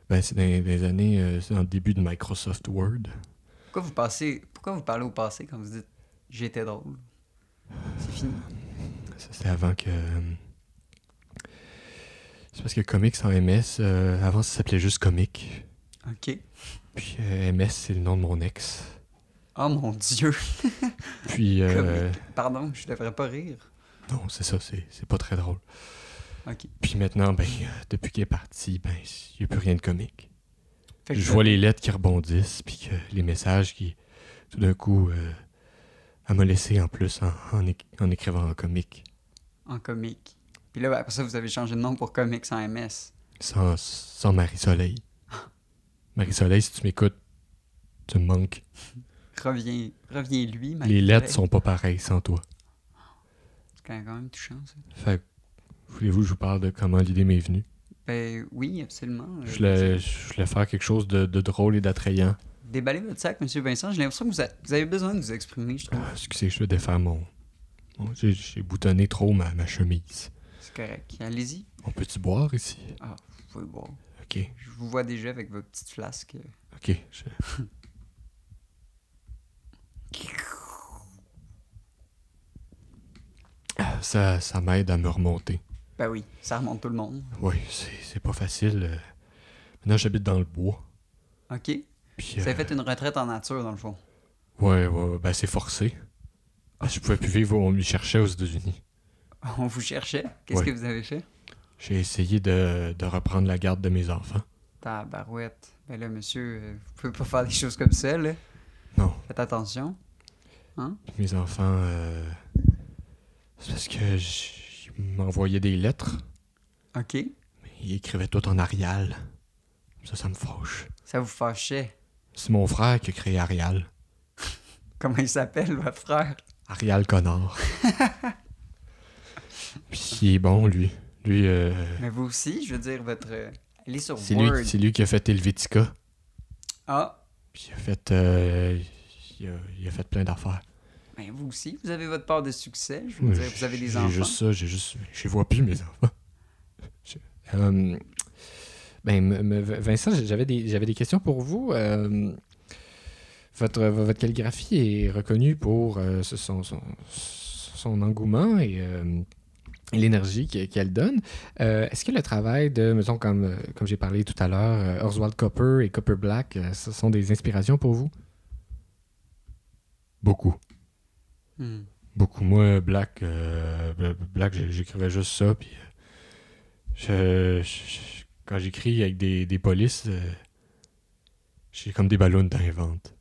[SPEAKER 3] ben, c'est dans les années, euh, c'est dans le début de Microsoft Word.
[SPEAKER 1] Pourquoi vous, passez... Pourquoi vous parlez au passé quand vous dites j'étais drôle C'est fini.
[SPEAKER 3] Ça, C'était avant que. euh, C'est parce que Comics en MS, euh, avant ça s'appelait juste Comic.
[SPEAKER 1] Ok.
[SPEAKER 3] Puis euh, MS, c'est le nom de mon ex.
[SPEAKER 1] Oh mon dieu.
[SPEAKER 3] Puis. euh,
[SPEAKER 1] Comique. Pardon, je devrais pas rire.
[SPEAKER 3] Non, c'est ça, c'est c'est pas très drôle.
[SPEAKER 1] Ok.
[SPEAKER 3] Puis maintenant, ben, euh, depuis qu'il est parti, ben, il n'y a plus rien de comique.
[SPEAKER 1] Fait que
[SPEAKER 3] je vois les lettres qui rebondissent, puis que les messages qui, tout d'un coup, euh, elle m'a laissé en plus en, en éc- en écrivant en comique.
[SPEAKER 1] En comique. Puis là, ben, après ça, vous avez changé de nom pour Comique sans MS.
[SPEAKER 3] Sans, sans Marie-Soleil. Marie-Soleil, si tu m'écoutes, tu me manques.
[SPEAKER 1] Reviens, reviens lui, ma
[SPEAKER 3] les lettres sont pas pareilles sans toi.
[SPEAKER 1] C'est quand même touchant, ça.
[SPEAKER 3] Fait que, voulez-vous que je vous parle de comment l'idée m'est venue?
[SPEAKER 1] Ben oui, absolument.
[SPEAKER 3] Je
[SPEAKER 1] Euh,
[SPEAKER 3] voulais, je voulais faire quelque chose de, de drôle et d'attrayant.
[SPEAKER 1] Déballez votre sac, Monsieur Vincent. J'ai l'impression que vous, a- vous avez besoin de vous exprimer, je trouve.
[SPEAKER 3] Ah, Excusez, je vais défaire mon. mon- J'ai j'ai boutonné trop ma, ma chemise.
[SPEAKER 1] C'est correct. Allez-y.
[SPEAKER 3] On peut-tu boire ici?
[SPEAKER 1] Vous pouvez boire.
[SPEAKER 3] Ok,
[SPEAKER 1] Je vous vois déjà avec vos petites flasques.
[SPEAKER 3] ok. je- Ah, Ça, ça m'aide à me remonter.
[SPEAKER 1] Ben oui, ça remonte tout le monde.
[SPEAKER 3] Oui, c'est c'est pas facile. euh. Maintenant, j'habite dans le bois.
[SPEAKER 1] OK?
[SPEAKER 3] Puis,
[SPEAKER 1] Vous
[SPEAKER 3] euh,
[SPEAKER 1] avez fait une retraite en nature, dans le fond.
[SPEAKER 3] Ouais, ouais, ouais, ben c'est forcé. Ah, je pouvais plus vivre où on me cherchait aux États-Unis.
[SPEAKER 1] On vous cherchait. Qu'est-ce
[SPEAKER 3] Ouais.
[SPEAKER 1] que vous avez fait?
[SPEAKER 3] J'ai essayé de, de reprendre la garde de mes enfants.
[SPEAKER 1] Tabarouette. Ben là, monsieur, euh, vous pouvez pas faire des choses comme ça, là.
[SPEAKER 3] Non,
[SPEAKER 1] Faites attention.
[SPEAKER 3] Mes enfants, euh, c'est parce que j- ils m'envoyaient des lettres,
[SPEAKER 1] OK?
[SPEAKER 3] mais ils écrivaient tout en Arial. Ça, ça me fâche.
[SPEAKER 1] Ça vous fâchait.
[SPEAKER 3] C'est mon frère qui a créé Arial.
[SPEAKER 1] Comment il s'appelle, votre frère?
[SPEAKER 3] Arial Connard. Puis il est bon, lui. Lui, euh,
[SPEAKER 1] Mais vous aussi, je veux dire, votre... euh, Allez sur
[SPEAKER 3] c'est
[SPEAKER 1] Word.
[SPEAKER 3] lui, c'est lui qui a fait Helvetica.
[SPEAKER 1] ah,
[SPEAKER 3] Puis il a fait, euh, il, a, il a fait plein d'affaires.
[SPEAKER 1] ben vous aussi, vous avez votre part de succès. Je veux dire, vous avez des
[SPEAKER 3] J'ai
[SPEAKER 1] enfants.
[SPEAKER 3] juste ça, j'ai juste. Je les vois plus, mes enfants. Je- euh,
[SPEAKER 2] Ben, m- m- Vincent, j'avais des, j'avais des questions pour vous. Euh, votre, votre calligraphie est reconnue pour euh, ce- son, son, son engouement et euh, l'énergie que- qu'elle donne. Euh, est-ce que le travail de, mettons, comme, euh, comme j'ai parlé tout à l'heure, euh, Oswald Copper et Copper Black, euh, ce sont des inspirations pour vous?
[SPEAKER 3] Beaucoup.
[SPEAKER 1] Hmm.
[SPEAKER 3] Beaucoup. Moi, Black, euh, Bla- Black j'ai- j'écrivais juste ça. Puis, euh, je- je- je- quand j'écris avec des, des polices, euh, j'ai comme des ballons d'invente.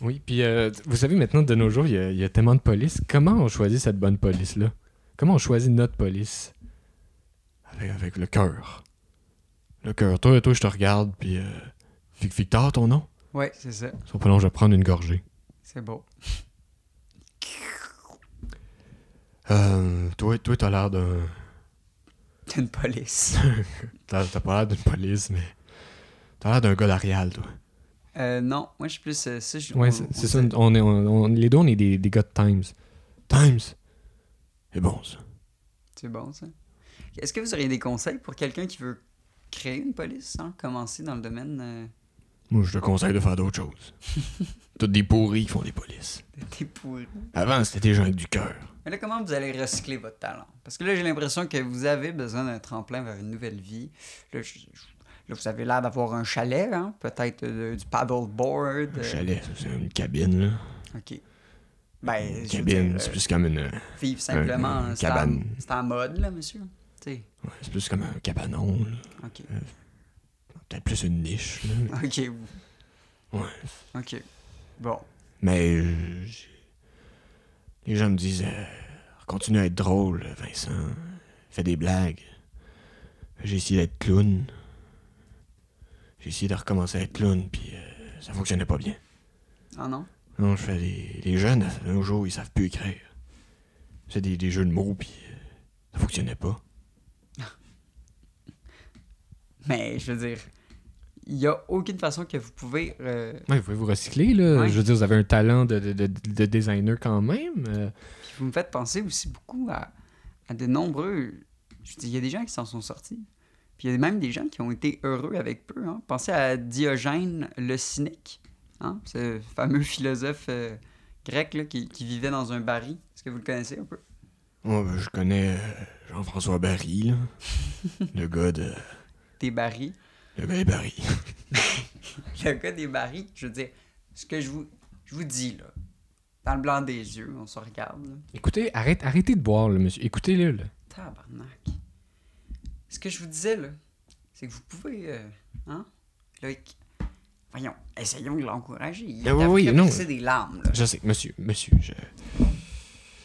[SPEAKER 2] Oui, puis euh, vous savez, maintenant, de nos jours, il y, a, il y a tellement de police. Comment on choisit cette bonne police-là? Comment on choisit notre police?
[SPEAKER 3] Avec, avec le cœur. Le cœur. Toi, toi, je te regarde. Puis, euh, Vic- Victor, ton nom
[SPEAKER 1] Ouais, c'est ça.
[SPEAKER 3] Son prénom, je vais prendre une gorgée.
[SPEAKER 1] C'est beau.
[SPEAKER 3] Euh, toi, toi, t'as l'air d'un.
[SPEAKER 1] T'as une police.
[SPEAKER 3] T'as t'as pas l'air d'une police, mais. T'as l'air d'un gars d'Arial, toi.
[SPEAKER 1] Euh, non, moi, je suis plus. euh, ça, je-
[SPEAKER 2] Ouais,
[SPEAKER 1] on-
[SPEAKER 2] c'est
[SPEAKER 1] on
[SPEAKER 2] c'est ça.
[SPEAKER 1] sait.
[SPEAKER 2] On est, on- on- les deux, on est des, des gars de Times.
[SPEAKER 3] Times. C'est bon, ça.
[SPEAKER 1] C'est bon, ça. Est-ce que vous auriez des conseils pour quelqu'un qui veut créer une police sans commencer dans le domaine euh,
[SPEAKER 3] Moi, je te conseille de faire d'autres choses. Toutes des pourris qui font des polices.
[SPEAKER 1] des pourris?
[SPEAKER 3] Avant, c'était des gens avec du cœur.
[SPEAKER 1] Mais là, comment vous allez recycler votre talent? Parce que là, j'ai l'impression que vous avez besoin d'un tremplin vers une nouvelle vie. Là, je- je- là, vous avez l'air d'avoir un chalet, hein? peut-être euh, du paddleboard.
[SPEAKER 3] Un
[SPEAKER 1] euh,
[SPEAKER 3] chalet, ça, c'est une cabine, là.
[SPEAKER 1] OK. Ben,
[SPEAKER 3] Une
[SPEAKER 1] je veux
[SPEAKER 3] cabine,
[SPEAKER 1] dire,
[SPEAKER 3] c'est
[SPEAKER 1] euh,
[SPEAKER 3] plus comme une. euh,
[SPEAKER 1] vivre simplement.
[SPEAKER 3] un- une
[SPEAKER 1] hein, c'est en-
[SPEAKER 3] cabane.
[SPEAKER 1] C'est en, mode, là, monsieur. Tu sais,
[SPEAKER 3] ouais, c'est plus comme un cabanon, là.
[SPEAKER 1] OK.
[SPEAKER 3] Peut-être plus une niche, là.
[SPEAKER 1] OK. Ah.
[SPEAKER 3] Ouais.
[SPEAKER 1] OK. Bon.
[SPEAKER 3] Mais. euh, j'ai- Les gens me disent. euh, continue à être drôle, Vincent. Fais des blagues. J'ai essayé d'être clown. J'ai essayé de recommencer à être clown, puis euh, ça fonctionnait pas bien.
[SPEAKER 1] Ah non?
[SPEAKER 3] Non, je fais les, les jeunes, de nos jours, ils savent plus écrire. C'est des, des jeux de mots, puis euh, ça fonctionnait pas.
[SPEAKER 1] Mais je veux dire, il n'y a aucune façon que vous pouvez. euh,
[SPEAKER 2] Ouais, vous pouvez vous recycler, là.
[SPEAKER 1] Ouais.
[SPEAKER 2] Je veux dire, vous avez un talent de, de, de- de designer quand même. euh,
[SPEAKER 1] puis vous me faites penser aussi beaucoup à, à de nombreux. Je veux dire, il y a des gens qui s'en sont sortis. Puis il y a même des gens qui ont été heureux avec peu. hein. Pensez à Diogène le cynique, hein, ce fameux philosophe euh, grec là, qui, qui vivait dans un baril. Est-ce que vous le connaissez un peu?
[SPEAKER 3] Moi, ben, je connais euh, Jean-François Barry, là. le gars de.
[SPEAKER 1] Des barils.
[SPEAKER 3] Le gars des Eh ben, Barry.
[SPEAKER 1] le gars des barils, je veux dire, ce que je vous, je vous dis là, dans le blanc des yeux, on se regarde. là.
[SPEAKER 2] Écoutez, arrête, arrêtez de boire, le monsieur. Écoutez-le, là.
[SPEAKER 1] Tabarnak. Ce que je vous disais, là, c'est que vous pouvez. euh, hein? Là, qu- voyons, essayons de l'encourager. Il
[SPEAKER 2] Ah oui,
[SPEAKER 1] a
[SPEAKER 2] oui,
[SPEAKER 1] fait
[SPEAKER 2] non.
[SPEAKER 1] verser des larmes, là.
[SPEAKER 2] Je sais, monsieur, monsieur, je...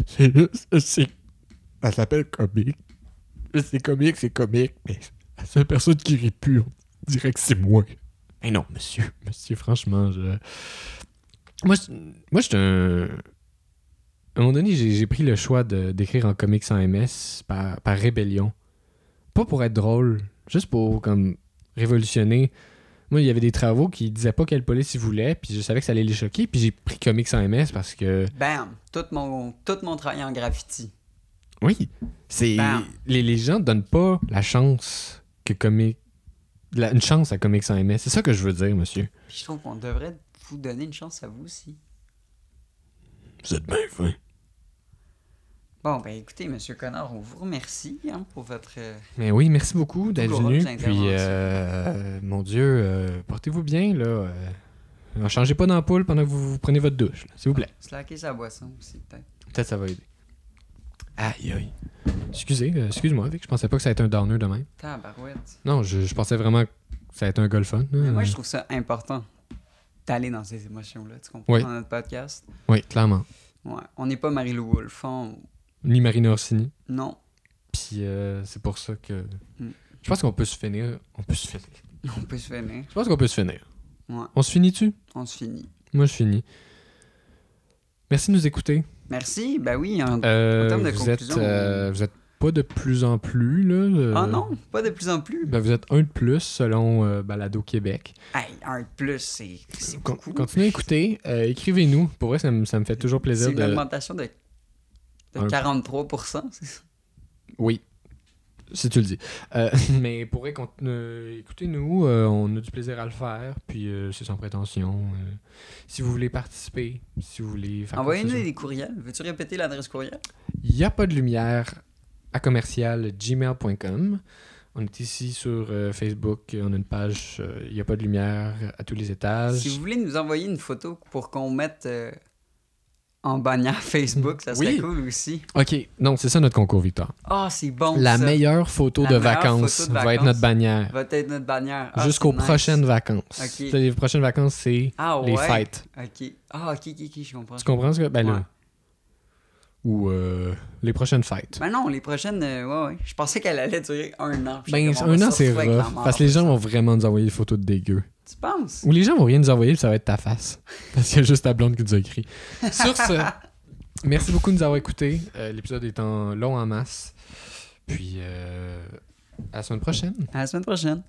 [SPEAKER 3] C'est juste. C'est... Elle s'appelle comique. C'est comique, c'est comique, mais la seule personne qui rit plus, on dirait que c'est moi. Mais non, monsieur.
[SPEAKER 2] Monsieur, franchement, je... Moi, je, moi, j'étais un... À un moment donné, j'ai j'ai pris le choix de- d'écrire en comics sans MS par, par rébellion. Pas pour être drôle, juste pour, comme, révolutionner. Moi, il y avait des travaux qui disaient pas quelle police ils voulaient, puis je savais que ça allait les choquer, puis j'ai pris comics sans MS parce que...
[SPEAKER 1] Bam! Tout mon, tout mon travail en graffiti.
[SPEAKER 2] Oui, c'est...
[SPEAKER 1] Bam.
[SPEAKER 2] Les, les gens donnent pas la chance que comics... la- une chance à comics sans MS. C'est ça que je veux dire, monsieur.
[SPEAKER 1] Puis je trouve qu'on devrait vous donner une chance à vous aussi.
[SPEAKER 3] Vous êtes bien fin.
[SPEAKER 1] Bon, ben écoutez, Monsieur Connard, on vous remercie hein, pour votre. euh,
[SPEAKER 2] Mais oui, merci beaucoup d'être
[SPEAKER 1] Toujours
[SPEAKER 2] venu.
[SPEAKER 1] heureuse
[SPEAKER 2] Puis,
[SPEAKER 1] d'intervention.
[SPEAKER 2] euh, mon Dieu, euh, portez-vous bien, là. euh. Alors, changez pas d'ampoule pendant que vous, vous prenez votre douche, là, s'il vous plaît.
[SPEAKER 1] slacker sa boisson aussi, peut-être.
[SPEAKER 2] Ah, Peut-être ça va aider.
[SPEAKER 3] Aïe, aïe.
[SPEAKER 2] Excusez, euh, excuse-moi, Vic, je pensais pas que ça allait être un downer de même.
[SPEAKER 1] Tabarouette.
[SPEAKER 2] Non, je, je pensais vraiment que ça allait être un golf fun.
[SPEAKER 1] Mais
[SPEAKER 2] là.
[SPEAKER 1] Ben, moi, je trouve ça important d'aller dans ces émotions-là. Tu comprends?
[SPEAKER 2] Oui.
[SPEAKER 1] Dans notre podcast.
[SPEAKER 2] Oui, clairement.
[SPEAKER 1] Ouais. On n'est pas Marie-Lou Wolfe. on-
[SPEAKER 2] Ni Marina Orsini.
[SPEAKER 1] Non,
[SPEAKER 2] Puis, euh, c'est pour ça que.
[SPEAKER 1] Mm.
[SPEAKER 2] Je pense qu'on peut se finir. On peut se finir.
[SPEAKER 1] on peut se finir.
[SPEAKER 2] Je pense qu'on peut se finir.
[SPEAKER 1] Ouais.
[SPEAKER 2] On se finit-tu?
[SPEAKER 1] On se finit.
[SPEAKER 2] Moi, je finis. Merci de nous écouter.
[SPEAKER 1] Merci, ben oui. en-
[SPEAKER 2] Euh,
[SPEAKER 1] En termes de
[SPEAKER 2] vous, êtes,
[SPEAKER 1] conclusion,
[SPEAKER 2] euh, vous êtes pas de plus en plus, là. euh,
[SPEAKER 1] Ah non, pas de plus en plus.
[SPEAKER 2] ben, vous êtes un de plus selon euh, Balado Québec.
[SPEAKER 1] Hey, un de plus, c'est c'est
[SPEAKER 2] Con-
[SPEAKER 1] beaucoup.
[SPEAKER 2] continuez à écouter. euh, Écrivez-nous. Pour vrai, ça me, ça me fait toujours
[SPEAKER 1] C'est
[SPEAKER 2] plaisir
[SPEAKER 1] une
[SPEAKER 2] de.
[SPEAKER 1] augmentation de, de
[SPEAKER 2] Un-
[SPEAKER 1] 43%. c'est ça?
[SPEAKER 2] Oui. Si tu le dis. Euh, mais pour vrai, cont- euh, écoutez-nous, euh, on a du plaisir à le faire, puis euh, c'est sans prétention. euh. si vous voulez participer, si vous voulez faire
[SPEAKER 1] Envoyez-nous
[SPEAKER 2] quoi que ce
[SPEAKER 1] des courriels. Veux-tu répéter l'adresse courriel?
[SPEAKER 2] soit. Il n'y a pas de lumière à commercial gmail.com. On est ici sur euh, Facebook, on a une page euh, Il n'y a pas de lumière à tous les étages.
[SPEAKER 1] Si vous voulez nous envoyer une photo pour qu'on mette euh, en bannière Facebook, ça serait
[SPEAKER 2] Oui.
[SPEAKER 1] cool aussi.
[SPEAKER 2] Ok, non, c'est ça notre concours, Victor.
[SPEAKER 1] Ah, c'est bon.
[SPEAKER 2] La
[SPEAKER 1] ça.
[SPEAKER 2] meilleure photo
[SPEAKER 1] La
[SPEAKER 2] de
[SPEAKER 1] meilleure
[SPEAKER 2] vacances
[SPEAKER 1] photo de
[SPEAKER 2] va être
[SPEAKER 1] vacances.
[SPEAKER 2] notre bannière
[SPEAKER 1] va être notre bannière. Ah,
[SPEAKER 2] jusqu'aux
[SPEAKER 1] c'est nice.
[SPEAKER 2] prochaines vacances.
[SPEAKER 1] Ok.
[SPEAKER 2] Les prochaines vacances, c'est
[SPEAKER 1] Ah ouais.
[SPEAKER 2] les fêtes.
[SPEAKER 1] Ok. Ah, ok, ok, ok, je comprends.
[SPEAKER 2] Tu comprends ce que. Ben là.
[SPEAKER 1] Ouais.
[SPEAKER 2] Ou euh, les prochaines fêtes.
[SPEAKER 1] Ben non, les prochaines, euh, ouais, ouais. Je pensais qu'elle allait durer un an. Puis
[SPEAKER 2] Ben,
[SPEAKER 1] j'étais comme, on
[SPEAKER 2] un
[SPEAKER 1] va
[SPEAKER 2] an,
[SPEAKER 1] se
[SPEAKER 2] c'est
[SPEAKER 1] retrouver avec la
[SPEAKER 2] rough.
[SPEAKER 1] mort.
[SPEAKER 2] Parce que les gens vont vraiment nous envoyer des photos de dégueu.
[SPEAKER 1] Tu penses?
[SPEAKER 2] Ou les gens vont rien nous envoyer, puis ça va être ta face. Parce qu'il y a juste ta blonde qui nous a écrit. Sur ce, merci beaucoup de nous avoir écoutés. Euh, L'épisode est en long en masse. Puis, euh, à la semaine prochaine.
[SPEAKER 1] À la semaine prochaine.